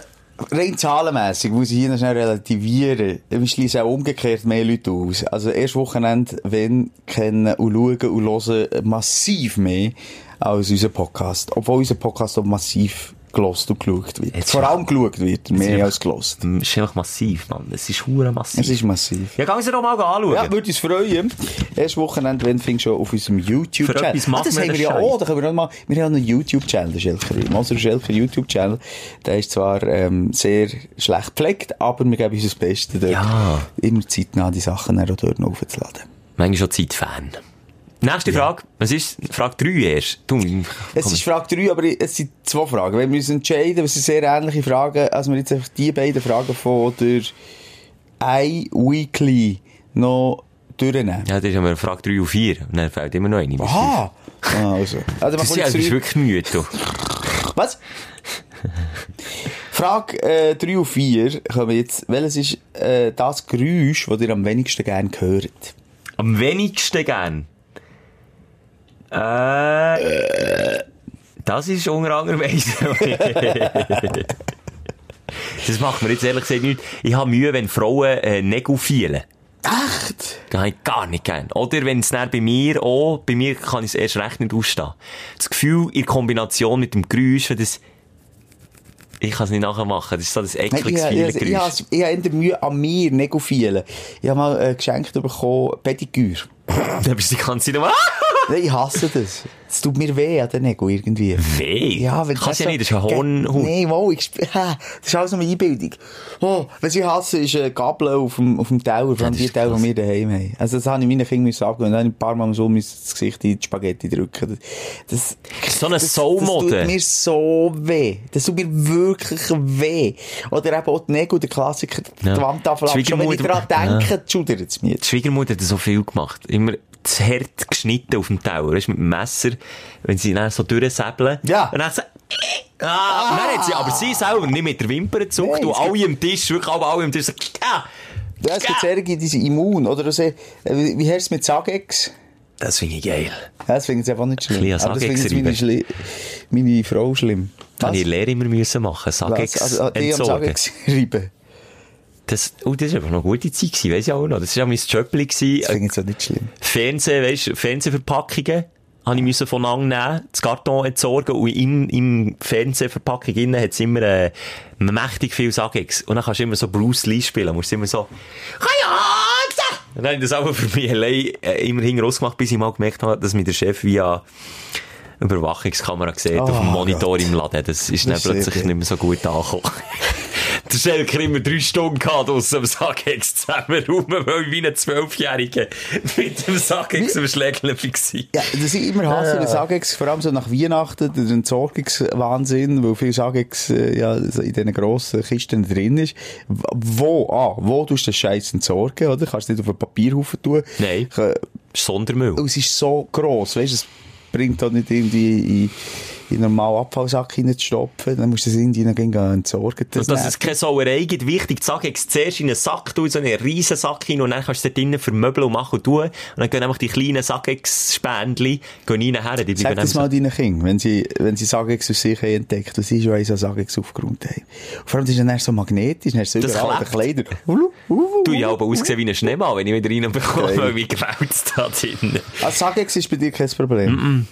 S4: rein zahlenmässig muss ich hier noch schnell relativieren. Wir schließen auch umgekehrt mehr Leute aus. Also, erst Wochenende, wenn, kennen und schauen und hören massiv mehr als unser Podcast. Obwohl unser Podcast auch massiv gelost und geschaut wird.
S3: Jetzt
S4: Vor allem geschaut wird, mehr
S3: einfach-
S4: als gelost.
S3: Das ist einfach massiv, Mann. Es ist hure massiv.
S4: Es ist massiv.
S3: ja, geh es dir doch mal anschauen.
S4: Ja, würde uns freuen. Erst Wochenende, wenn fängst schon auf unserem
S3: Für
S4: YouTube-Channel.
S3: etwas machen
S4: das
S3: wir
S4: haben wir
S3: den
S4: ja
S3: Scheiß.
S4: auch. Da können wir, noch mal, wir haben einen YouTube-Channel, Schelker. Unser Schelker YouTube-Channel, der ist zwar ähm, sehr schlecht gepflegt, aber wir geben uns das Beste dort.
S3: Ja.
S4: Immer zeitnah die Sachen dann auch dort noch aufzuladen.
S3: Manchmal schon Zeitfan. Nächste Frage. Was ist? Frage 3 erst. Du,
S4: Es ist Frage 3, aber es sind zwei Fragen. Wenn wir uns entscheiden, es sind sehr ähnliche Fragen, als wir jetzt einfach die beiden Fragen von der iWeekly noch durchnehmen.
S3: ja, das ist immer Frage 3 und 4. Und dann fällt immer noch eine.
S4: Aha! Ah, Also,
S3: Das
S4: also machen
S3: ist
S4: wir
S3: ja,
S4: jetzt
S3: du bist
S4: drei-
S3: wirklich müde, du.
S4: Was? Frage äh, 3 und 4 kommen jetzt. Welches ist äh, das Geräusch, das ihr am wenigsten gerne hört?
S3: Am wenigsten gern. Äh. Das ist unter anderem eins. Das macht mir jetzt ehrlich gesagt nicht. Ich habe Mühe, wenn Frauen äh, Nägel fielen.
S4: Echt?
S3: Das habe ich gar nicht gern. Oder wenn es dann bei mir auch, bei mir kann ich es erst recht nicht ausstehen. Das Gefühl in Kombination mit dem Geräusch, wenn das Ich kann es nicht nachmachen. Das ist so das
S4: Nein, ich
S3: ekliges
S4: habe ich, ich, ich,
S3: Feeling-Geräusch.
S4: has- ich habe eher Mühe an mir, nicht an vielen. Ich habe mal äh, geschenkt bekommen, Pediküre.
S3: Dann bist du die ganze Zeit Ah! nur...
S4: Nein, ich hasse das. Es tut mir weh an den Nägeln irgendwie.
S3: Weh?
S4: Ja, wenn
S3: Kannst
S4: das
S3: ja nicht, das ist ein Hornhaut.
S4: Nein, wow, ich sp- ha, das ist alles nur eine Einbildung. Oh, was ich hasse, ist äh, Gabeln auf dem, auf dem Teller, vor allem
S3: das
S4: die
S3: ist
S4: Teller, die
S3: krass.
S4: wir daheim haben. Also das habe ich meinen Kindern müssen abgewöhnen, dann habe ich ein paar Mal so müssen das Gesicht in die Spaghetti drücken. Das, das,
S3: So eine
S4: das,
S3: Soulmode.
S4: Das tut mir so weh. Das tut mir wirklich weh. Oder eben auch die Nägel, der Klassiker,
S3: Ja.
S4: die Wandtafel ab. Schon wenn ich
S3: Schwiegermutter-
S4: daran denke, schudert es mir.
S3: Die Schwiegermutter hat so viel gemacht. Immer zu hart geschnitten auf dem Teller. Weisst, mit dem Messer, wenn sie dann so durchsäbeln.
S4: Ja.
S3: Und dann so, ah, Und dann hat sie, aber sie selber nicht mit der Wimper gezuckt.
S4: Nein,
S3: und
S4: es
S3: alle am Tisch, wirklich alle, alle am Tisch, so, ah.
S4: Ja, es gibt sehr die sind immun. Oder so, äh, wie wie heißt es mit Sagex?
S3: Das finde ich geil.
S4: Ja, das finde ich einfach nicht
S3: Ein
S4: schlimm.
S3: bisschen
S4: Aber das finde ich meine,
S3: Sagex
S4: Schli meine Frau schlimm.
S3: Das habe ich in der Lehre immer müssen machen. Sagex
S4: Was? Also, die am
S3: entsorgen.
S4: Sagex reiben.
S3: Das, oh, das war einfach noch eine gute Zeit gewesen, weiss ich auch noch. Das war auch mein Jöppli
S4: Das
S3: gewesen.
S4: finde ich so nicht schlimm.
S3: Fernsehen, weißt du, Fernsehverpackungen habe ich müssen von Ang nehmen, das Karton entsorgen und in, in Fernsehverpackung innen hat's immer äh, mächtig viel Sagex. Und dann kannst du immer so Bruce Lee spielen, musst immer so «Kajatze!» Und dann habe ich das aber für mich allein äh, immer hinten rausgemacht, bis ich mal gemerkt habe, dass mich der Chef via Überwachungskamera gesehen hat auf dem
S4: Oh
S3: Monitor
S4: Gott.
S3: im Laden. Das ist
S4: Das
S3: dann
S4: ist
S3: plötzlich
S4: sehr
S3: nicht mehr so gut angekommen. Der Schelker immer drei Stunden gehabt, aus dem Sackex zusammen rum, weil ich wie ein Zwölfjähriger mit dem Sackex am Schlägeln war.
S4: Ja, das ich immer hasse, ja. Sagex, vor allem so nach Weihnachten, der Entsorgungswahnsinn, weil viel Sagex äh, ja, so in diesen grossen Kisten drin ist. W- Wo, ah, wo tust du den Scheiß entsorgen, oder? Kannst du nicht auf einen Papierhaufen tun?
S3: Nein.
S4: Äh,
S3: Das ist Sondermüll.
S4: Und es ist so gross, weißt du, es bringt halt nicht irgendwie in, in einen normalen Abfallsack hineinzustopfen, dann musst du es irgendwie noch gehen entsorgen.
S3: Und dass
S4: nervt.
S3: es keine Sauerei gibt, wichtig, die Sackex zuerst in einen Sack tun, so einen riesen Sack hin, und dann kannst du dort drinnen vermöbeln und machen und tun. Und dann gehen einfach die kleinen Sackex-Spändchen, gehen rein her, die
S4: Sag
S3: bleiben
S4: das mal
S3: einfach so-
S4: deinen Kindern, wenn sie, wenn sie Sagex aus sich haben entdeckt, was ist, weil sie Sagex aufgeräumt haben. Und vor allem, das ist dann erst so magnetisch, dann hast du
S3: Das
S4: überall an den
S3: klebt.
S4: Kleidern. Ulu, ulu,
S3: Du, ich
S4: ulu.
S3: habe ausgesehen wie ein Schneemann, wenn ich wieder reinbekomme,
S4: Geil.
S3: weil mich gewälzt da drinnen.
S4: Also Sagex ist bei dir kein Problem.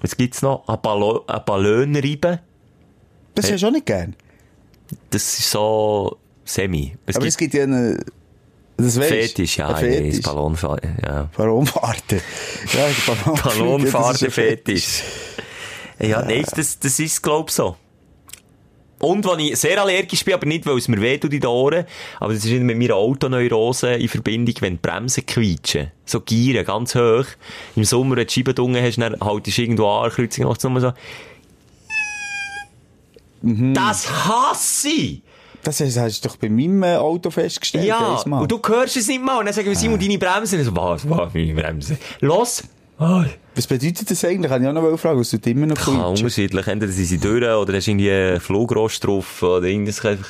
S3: Was gibt's noch? Ein Ballon, ein Ballon reiben.
S4: Das hast du auch nicht gern.
S3: Das ist so semi. Es
S4: Aber
S3: gibt
S4: es gibt ja einen, das weißt
S3: Fetisch, ja,
S4: Ein
S3: ich weiß,
S4: Fetisch.
S3: Ballonfahr- ja.
S4: Ballonfahrten. Ja, Ballonfahrten. das ist ein
S3: Ballonfahrten-Fetisch. Ja, nein, das, das ist, glaube ich, so. Und, wenn ich sehr allergisch bin, aber nicht, weil es mir weh tut in den Ohren, aber das ist immer mit meiner Autoneurose in Verbindung, wenn die Bremsen quietschen. So gieren, ganz hoch. Im Sommer, wenn du die Scheibe dunkel hast, dann haltest du irgendwo an, Kreuzung, machst du nur so.
S4: Mhm.
S3: Das hasse ich!
S4: Das hast, hast du doch bei meinem äh, Auto festgestellt.
S3: Ja,
S4: einmal.
S3: und du hörst es nicht mal. Und dann sagen wir, Simon, deine Bremsen. Ich so, was, was, meine Bremsen? Los! Ah,
S4: Was bedeutet das eigentlich? Kann ich auch noch mal fragen, was du immer noch
S3: Kann
S4: quietschen?
S3: unterschiedlich. Entweder sind sie durch oder hast irgendwie ein Flugrost drauf oder irgendwas einfach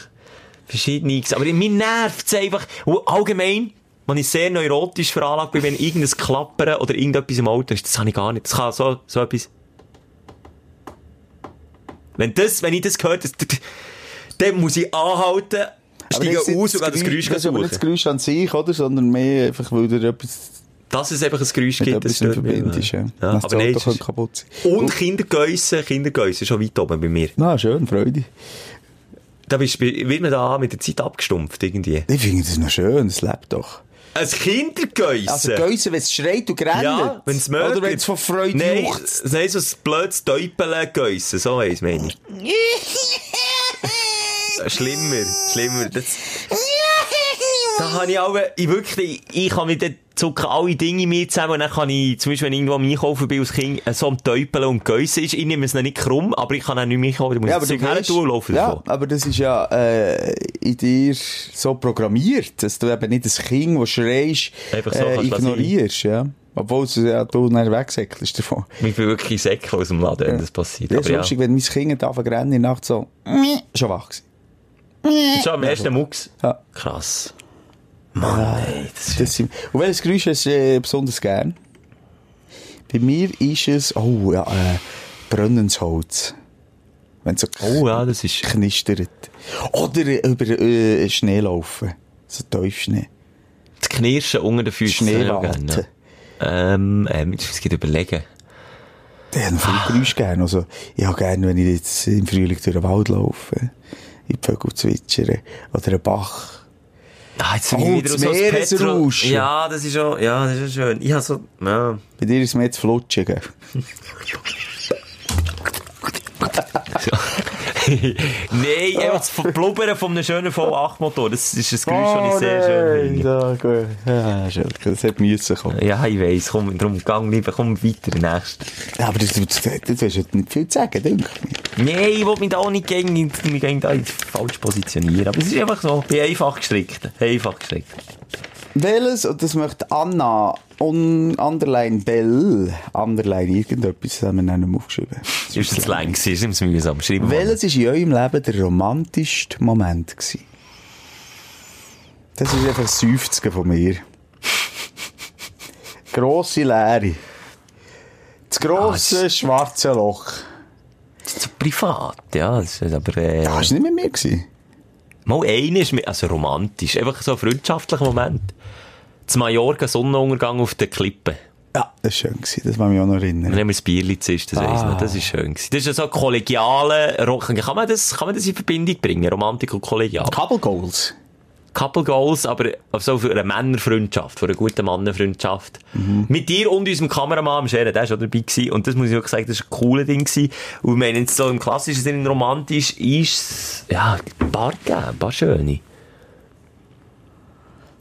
S3: verschiedenes. Aber mir nervt es einfach. Und allgemein, wenn ich sehr neurotisch veranlagt bin, wenn irgendein Klappern oder irgendetwas im Auto ist, das habe ich gar nicht. Das kann so, so etwas. Wenn das, wenn ich das gehört, das, dann muss ich anhalten,
S4: Aber
S3: steige
S4: jetzt
S3: aus
S4: nicht
S3: und gehe das Geräusch
S4: Das ist aber nicht das
S3: suchen.
S4: Geräusch an sich, oder? Sondern mehr einfach, weil dir etwas,
S3: Dass es einfach ein Geräusch
S4: mit
S3: gibt, das
S4: etwas in
S3: stört mich.
S4: Verbindung ist. Ja.
S3: dus Ja,
S4: Dass
S3: aber
S4: das
S3: nein,
S4: Auto
S3: es ist-
S4: könnte kaputt sein
S3: Und Kindergäusen, Kindergäusen, schon weit oben bei mir.
S4: Na, schön, Freude.
S3: Da bist, wird man da mit der Zeit abgestumpft, irgendwie.
S4: Ich finde das noch schön, es lebt doch.
S3: Ein Kindergäusen?
S4: Also Geusen, wenn es schreit und grennt.
S3: ja, wenn es mögt.
S4: Oder wenn es von Freude
S3: Nein,
S4: juchzt.
S3: nein, so ein blödes Teupelgäusen, so eins meine ich. schlimmer, schlimmer. Das, da kann ich auch, ich eh, wirklich, ich kann mit den zucken alle Dinge in mir zusammen und dann kann ich, zum Beispiel, wenn ich irgendwo am Einkaufen bin als Kind, äh, so am Teupeln und Geusen ist, ich nehme es noch nicht krumm, aber ich kann auch nicht mehr einkaufen, da muss
S4: Ja,
S3: ja,
S4: aber
S3: ich
S4: du
S3: zurück her
S4: weißt,
S3: tun und laufen
S4: ja,
S3: davon.
S4: aber das ist ja äh, in dir so programmiert, dass du eben nicht das Kind, das schreist,
S3: Einfach so
S4: äh,
S3: kannst lassen.
S4: ignorierst. Ja? Obwohl es ja, du dann wegsäckelst davon.
S3: Ich bin wirklich Säckel aus dem Laden, wenn das passiert.
S4: Das ist
S3: Aber ja.
S4: lustig, wenn mein Kind anfängt zu rennen in der Nacht so schon wach gewesen.
S3: Schon am ersten Mucks.
S4: Ja.
S3: Krass. Mann, ey, das ist
S4: Das sind, und welches Geräusch hast du äh, besonders gern? Bei mir ist es, oh ja, äh, brennendes Holz. Wenn es so
S3: Oh ja, das ist...
S4: knistert. Oder über äh, Schnee laufen. So Teufschnee.
S3: Das Knirschen unter den Füßen.
S4: Schneewatte.
S3: Ähm, ähm, jetzt muss ich gerade überlegen.
S4: Ich habe viel Geräusch gerne. Also, ich habe gerne, wenn ich jetzt im Frühling durch den Wald laufe, in die Vögel zwitschern oder einen Bach.
S3: Ah, jetzt
S4: Oh,
S3: bin ich wieder
S4: das
S3: so als
S4: Meeresrauschen.
S3: Ja, das ist schon, ja, das ist schon schön. Ich habe so, ja.
S4: Bei dir ist mir jetzt flutschen, gell?
S3: Nein, einfach das Blubbern von einem schönen V8-Motor. Das ist ein Geräusch, das ich sehr schön finde.
S4: Ja, gut. Ja, schön. Das hätte müssen kommen.
S3: Ja, ich weiss. Komm, drum gang lieber, komm weiter, nächst.
S4: Aber das, das, das, das hast du nicht viel zu sagen, denke ich.
S3: Nein, ich will mich da auch nicht gegen, ich mich gegen da jetzt falsch positionieren. Aber es ist einfach so. Ich bin einfach gestrickt. Einfach gestrickt.
S4: Welches, und das möchte Anna, on, underline Bell, underline irgendetwas, das haben wir noch nicht aufgeschrieben.
S3: Es ist zu lang, es ist ihm mühsam. Schreiben wir
S4: Welches war in eurem Leben der romantischste Moment? Gewesen? Das ist einfach ein Seufzen von mir. Grosse Leere. Das grosse
S3: Ah,
S4: schwarze Loch.
S3: Das ist zu privat, ja. Das ist aber, äh,
S4: Da warst du nicht mit mir. Gewesen.
S3: mal einer ist, mir- also romantisch, einfach so ein freundschaftlicher Moment. Zu Mallorca, Sonnenuntergang auf den Klippen.
S4: Ja, das war schön. Gewesen. Das kann ich mich auch noch erinnern.
S3: Dann haben wir das Bierli zischt, das weiss ich noch. Das ist schön gewesen. Das ist ja so kollegiale, Ro- kann man das, kann man das in Verbindung bringen? Romantik und kollegial.
S4: Couple Goals.
S3: Couple Goals, aber so für eine Männerfreundschaft, für eine gute Mannenfreundschaft. Mit dir und unserem Kameramann am Scheren, der war auch dabei gewesen. Und das muss ich wirklich sagen, das war ein cooles Ding gewesen. Und wir haben jetzt so im klassischen Sinne romantisch, ist, ja, ein paar gegeben, ein paar schöne.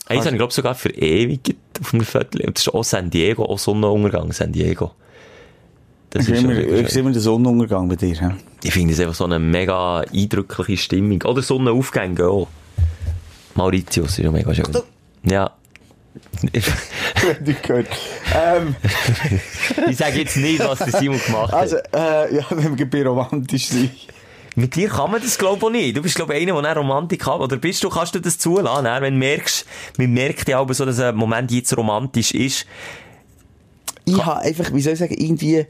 S3: Eins habe ich, glaube sogar für ewig auf einem Viertel. Und das ist auch San Diego, auch Sonnenuntergang San Diego. Das
S4: Ich sehe
S3: schon
S4: immer,
S3: wirklich
S4: ich sehe immer den Sonnenuntergang bei dir. He?
S3: ich finde es einfach so eine mega eindrückliche Stimmung. Oder Sonnenaufgänge auch. Mauritius ist ja mega schön. Ja.
S4: Nicht gehört. Ähm,
S3: ich sage jetzt nicht, was der Simon gemacht hat.
S4: also, äh, ja, wenn wir bei romantisch sind.
S3: Mit dir kann man das, glaube ich, auch nicht. Du bist, glaube ich, einer, der dann Romantik hat. Oder bist du, kannst du das zulassen, dann, wenn du merkst, man merkt ja aber so, dass ein Moment jetzt romantisch ist.
S4: Ich habe einfach, wie soll ich sagen, irgendwie,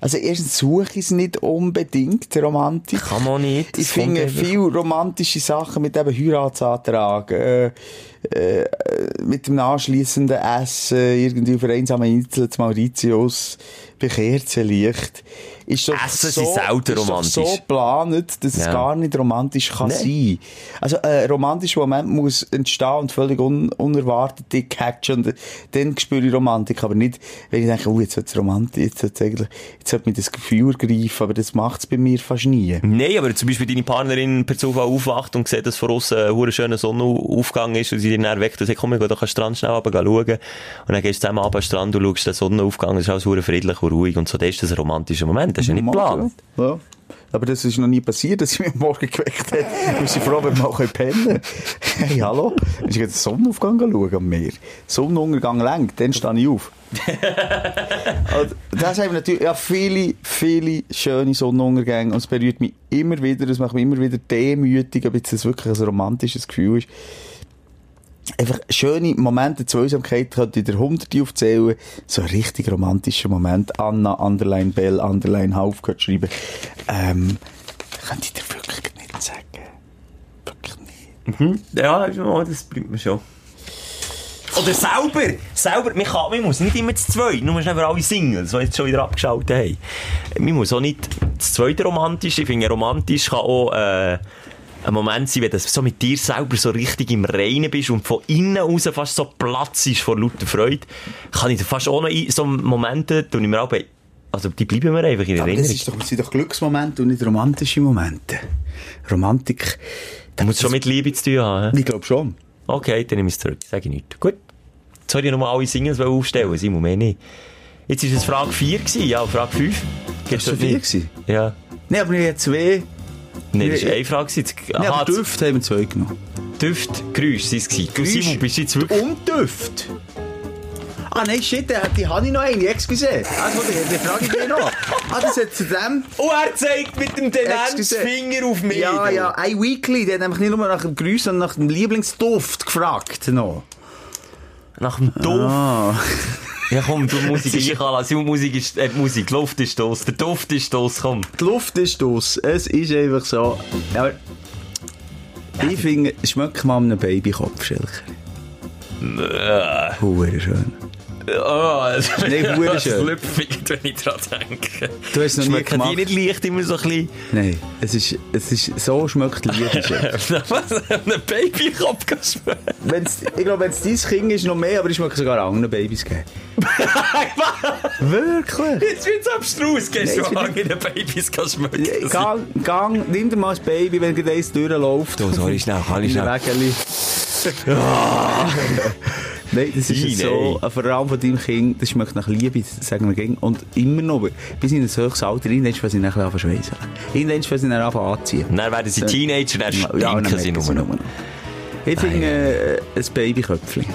S4: also erstens suche ich es nicht unbedingt, Romantik.
S3: Kann man nicht.
S4: Ich
S3: Das kommt
S4: finde
S3: einfach.
S4: viele romantische Sachen mit eben Heiratsantrag, äh, äh, äh, mit dem anschliessenden Essen, irgendwie auf einer einsamen Insel zu Mauritius, bei Kerzenlicht. Ist doch
S3: Essen sind selten
S4: ist doch
S3: romantisch.
S4: so geplant, dass es
S3: Ja.
S4: gar nicht romantisch kann
S3: Nein.
S4: sein. Also, ein romantischer Moment muss entstehen und völlig un unerwartet dich catchen und äh, dann spüre ich Romantik, aber nicht, wenn ich denke, oh, jetzt wird's romantisch, jetzt wird's eigentlich, jetzt hat mich das Gefühl ergreifen, aber das macht's bei mir fast nie.
S3: Nein, aber zum Beispiel deine Partnerin per Zufall aufwacht und sieht, dass vor außen ein verdammt schöner Sonnenaufgang ist und sie dir dann weckt und sagt, komm, wir gehen doch an den Strand schnell runter schauen. Und dann gehst du zusammen ab an den Strand und schaust den Sonnenaufgang, das ist alles verdammt friedlich und ruhig und so, das ist das ein romantischer Moment, das ist ja nicht geplant.
S4: Ja. Aber das ist noch nie passiert, dass sie mich am Morgen geweckt hat. Ich bin froh, wenn wir mal pennen können. Hey, hallo? Ich gehe den Sonnenaufgang schauen am Meer. Sonnenuntergang lenkt, dann stehe ich auf. Also, das haben wir natürlich, ja, viele, viele schöne Sonnenuntergänge. Und es berührt mich immer wieder, es macht mich immer wieder demütig, ob jetzt das wirklich ein romantisches Gefühl ist. Einfach schöne Momente der Zweisamkeit könnte ich dir hunderte aufzählen. So ein richtig romantischer Moment. Anna, Underline Bell, Underline Hauf gehört schreiben. Ähm, könnte ich dir wirklich nicht sagen. Wirklich nicht.
S3: Ja, ja, das bleibt mir schon. Oder selber! Selber! Man, kann, man muss nicht immer zu zweit, nur musst nicht alle Singles, die jetzt schon wieder abgeschaltet haben. Man muss auch nicht das zweite romantisch. Ich finde, romantisch kann auch äh, ein Moment sein, wenn du so mit dir selber so richtig im Reinen bist und von innen raus fast so Platz ist vor lauter Freude. Kann ich dir fast auch noch ein- so Momente, die ich mir auch bei. Also, die bleiben mir einfach in
S4: Aber das
S3: Erinnerung.
S4: ist doch, das sind doch Glücksmomente und nicht romantische Momente. Romantik.
S3: Du musst schon mit Liebe zu tun haben. hä?
S4: Ich glaube schon.
S3: Okay, dann nehme ich es zurück. Sage ich nicht. Gut. Jetzt wollte ich nochmal alle Singles aufstellen. Simon, mehr nicht. Jetzt war es Frage 4 gewesen. Ja, Frage 5. Gibt's
S4: Das war
S3: dort
S4: vier
S3: nicht?
S4: gewesen?
S3: Ja.
S4: Nein, aber wir haben zwei.
S3: Nein, das
S4: Nee,
S3: war eine Frage. gewesen.
S4: Nein,
S3: Aha,
S4: aber Düfte haben wir zwei genommen.
S3: Düft, Geräusch waren es. gewesen. Du, Simon, bist jetzt wirklich...
S4: Und Düfte. Ah nein, shit, da- die habe ich noch eine, excuse. Also, die, die frage ich dir noch. Ah, das hat zu dem...
S3: Oh, er zeigt mit dem
S4: Excuse.
S3: Tenenzfinger auf mich.
S4: Ja,
S3: du.
S4: ja, ein Weekly, der hat nämlich nicht nur nach dem Grüß, sondern nach dem Lieblingsduft gefragt. Noch.
S3: Nach dem Duft.
S4: Ah.
S3: Ja, komm, du Musik einlassen. Simon, Musik ist... Äh, Musik, die Luft ist das. Der Duft ist das, komm.
S4: Die Luft ist aus. Es ist einfach so. Aber ich finde, Ah. schmeckt man einem Babykopf, Schilker. Huere schön.
S3: Äh, oh,
S4: Nee, verdammt
S3: das
S4: schön.
S3: schlüpfig, wenn ich dran denke.
S4: Du hast es noch nie
S3: Schmecken die
S4: gemacht.
S3: nicht leicht immer so ein bisschen...
S4: Nein, es ist, es ist, so schmeckt Liebische.
S3: Was? Einen Babykopf geschmeckt?
S4: wenn's, ich glaube, wenn es dein Kind ist, noch mehr, aber ich schmecke sogar anderen Babys geben. Wirklich?
S3: Jetzt wird's abstrus, gehst
S4: Nee,
S3: du
S4: jetzt
S3: an in den Babys schmecken.
S4: Ja, Gang, gang, nimm dir mal das Baby, wenn gerade eins durchläuft.
S3: Du, sorry, schnell, kann ich
S4: In den
S3: schnell.
S4: Wägeli. Nein, das ist
S3: Nein,
S4: so, vor allem von deinem Kind, das schmeckt nach Liebe, das sagen wir gegen. Und immer noch, bis in ein höchstes Alter, irgendwann fangen sie nachher an zu schweißen. Irgendwann fangen sie nachher an zu anziehen.
S3: Und Dann werden sie Teenager, dann stinken
S4: und dann
S3: sie nur
S4: merken
S3: noch.
S4: noch. Ich finde äh, ein Babyköpfchen.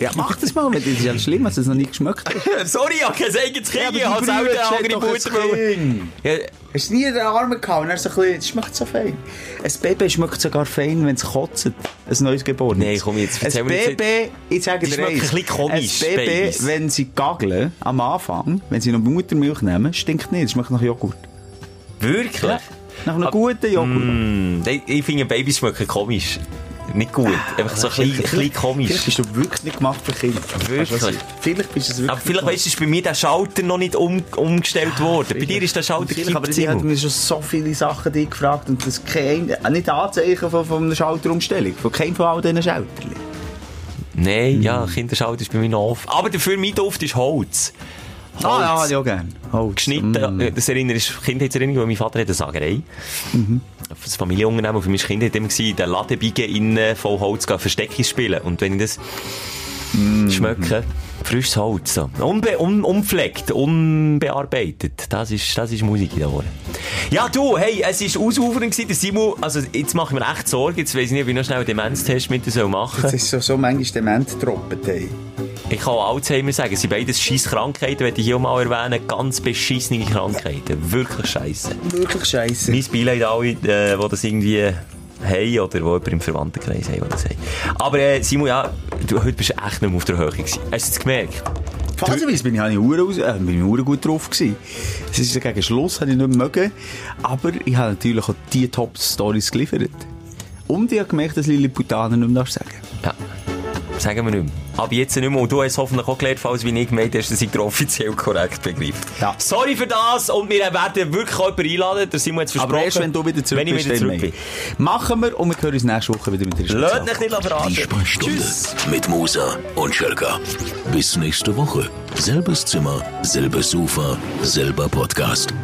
S4: Ja, mach das mal, weil das ist ja schlimm, dass es noch nie geschmeckt hat.
S3: Sorry, ich habe kein eigenes Kind, ich habe selten
S4: Brüder,
S3: eine andere
S4: doch ein
S3: Mutter. wollen.
S4: Kind.
S3: Ja,
S4: Hast du nie in den Armen gehabt? Und er so ein bisschen, das schmeckt so fein. Ein Baby schmeckt sogar fein, wenn es kotzt. Ein neues Geborenes.
S3: Nein, komm, jetzt erzähl
S4: Ein
S3: mir jetzt
S4: Baby, ich sage
S3: Das
S4: dir
S3: schmeckt
S4: eins.
S3: ein bisschen komisch,
S4: Ein Baby,
S3: Babys.
S4: wenn sie gageln, am Anfang, wenn sie noch Muttermilch nehmen, stinkt nicht. Es schmeckt nach Joghurt.
S3: wirklich?
S4: Nach
S3: Ah,
S4: einem guten Joghurt.
S3: Hm, ich- ich finde Babys schmecken komisch. Nicht gut,
S4: Ah,
S3: einfach so ein bisschen, ein bisschen
S4: Vielleicht
S3: komisch.
S4: bist du wirklich nicht gemacht für Kinder.
S3: Wirklich?
S4: Weißt du, was ich- Vielleicht bist du es wirklich
S3: Aber vielleicht
S4: nicht
S3: weißt du, ist bei mir der Schalter noch nicht um, umgestellt worden. Bei dir ist halt der Schalter
S4: Vielleicht, aber
S3: gekippt,
S4: die hat
S3: Simon.
S4: mir schon so viele Sachen die gefragt und das kein, nicht Anzeichen von, von einer Schalterumstellung, von keinem von all diesen Schalterchen.
S3: Nein, ja, Kinderschalter ist bei mir noch offen. Aber dafür mein Duft ist Holz. Holz.
S4: Ah, ja, ja, gerne. Holz.
S3: geschnitten. äh, Das erinnert ist Kindheitserinnerung, weil mein Vater hat eine Sagerei. Das Familienunternehmen für mich als Kind hat immer gewesen, den Ladenbeige innen voll Holz gehen, Verstecke spielen. Und wenn ich das schmecke, frisches Holz. So. Unbe un unpflegt, unbearbeitet. Das ist, das ist Musik in den Ohren. Ja, du, hey, es ist ausufernd gewesen, der Simon, also jetzt mache ich mir echt Sorgen, jetzt weiss ich nicht, ob ich noch schnell einen Demenztest mit dir soll machen
S4: Das ist so, so manchmal dement droppet, hey.
S3: Ich kann auch Alzheimer sagen, es sind beides scheiß Krankheiten, werde ich hier mal erwähnen, ganz beschissene Krankheiten. Wirklich scheiße.
S4: Wirklich scheiße.
S3: Mein Beileid an alle, äh, die das irgendwie haben oder die jemanden im Verwandtenkreis haben, die das haben. Aber äh, Simon, ja, du, heute bist du echt nicht mehr auf der Höhe gewesen. Hast du es gemerkt?
S4: Phasenweise bin ich auch nicht äh, bin ich hure gut drauf gewesen. Es ist ja gegen Schluss, habe ich nicht mehr mögen. Aber ich habe natürlich auch die Top-Stories geliefert. Und ich habe gemerkt, dass Lilliputaner nicht mehr darf sagen
S3: Ja. Sagen wir nicht mehr. Ab jetzt nicht mehr. Und du hast hoffentlich auch gelernt, falls wie ich gemeint hast, dass ich dir offiziell korrekt begriff.
S4: Ja.
S3: Sorry für das und wir werden wirklich auch jemanden einladen. Der Simon hat es versprochen.
S4: Aber erst wenn du wieder zurück
S3: Wenn ich
S4: bist,
S3: wieder
S4: dann
S3: zurück
S4: mehr.
S3: bin.
S4: Machen wir und wir hören uns nächste Woche wieder mit der Spezial-
S3: Lasst euch nicht verraten.
S2: Die Sprechstunde
S3: Tschüss.
S2: mit Musa und Schelka. Bis nächste Woche. Selbes Zimmer, selbes Sofa, selber Podcast.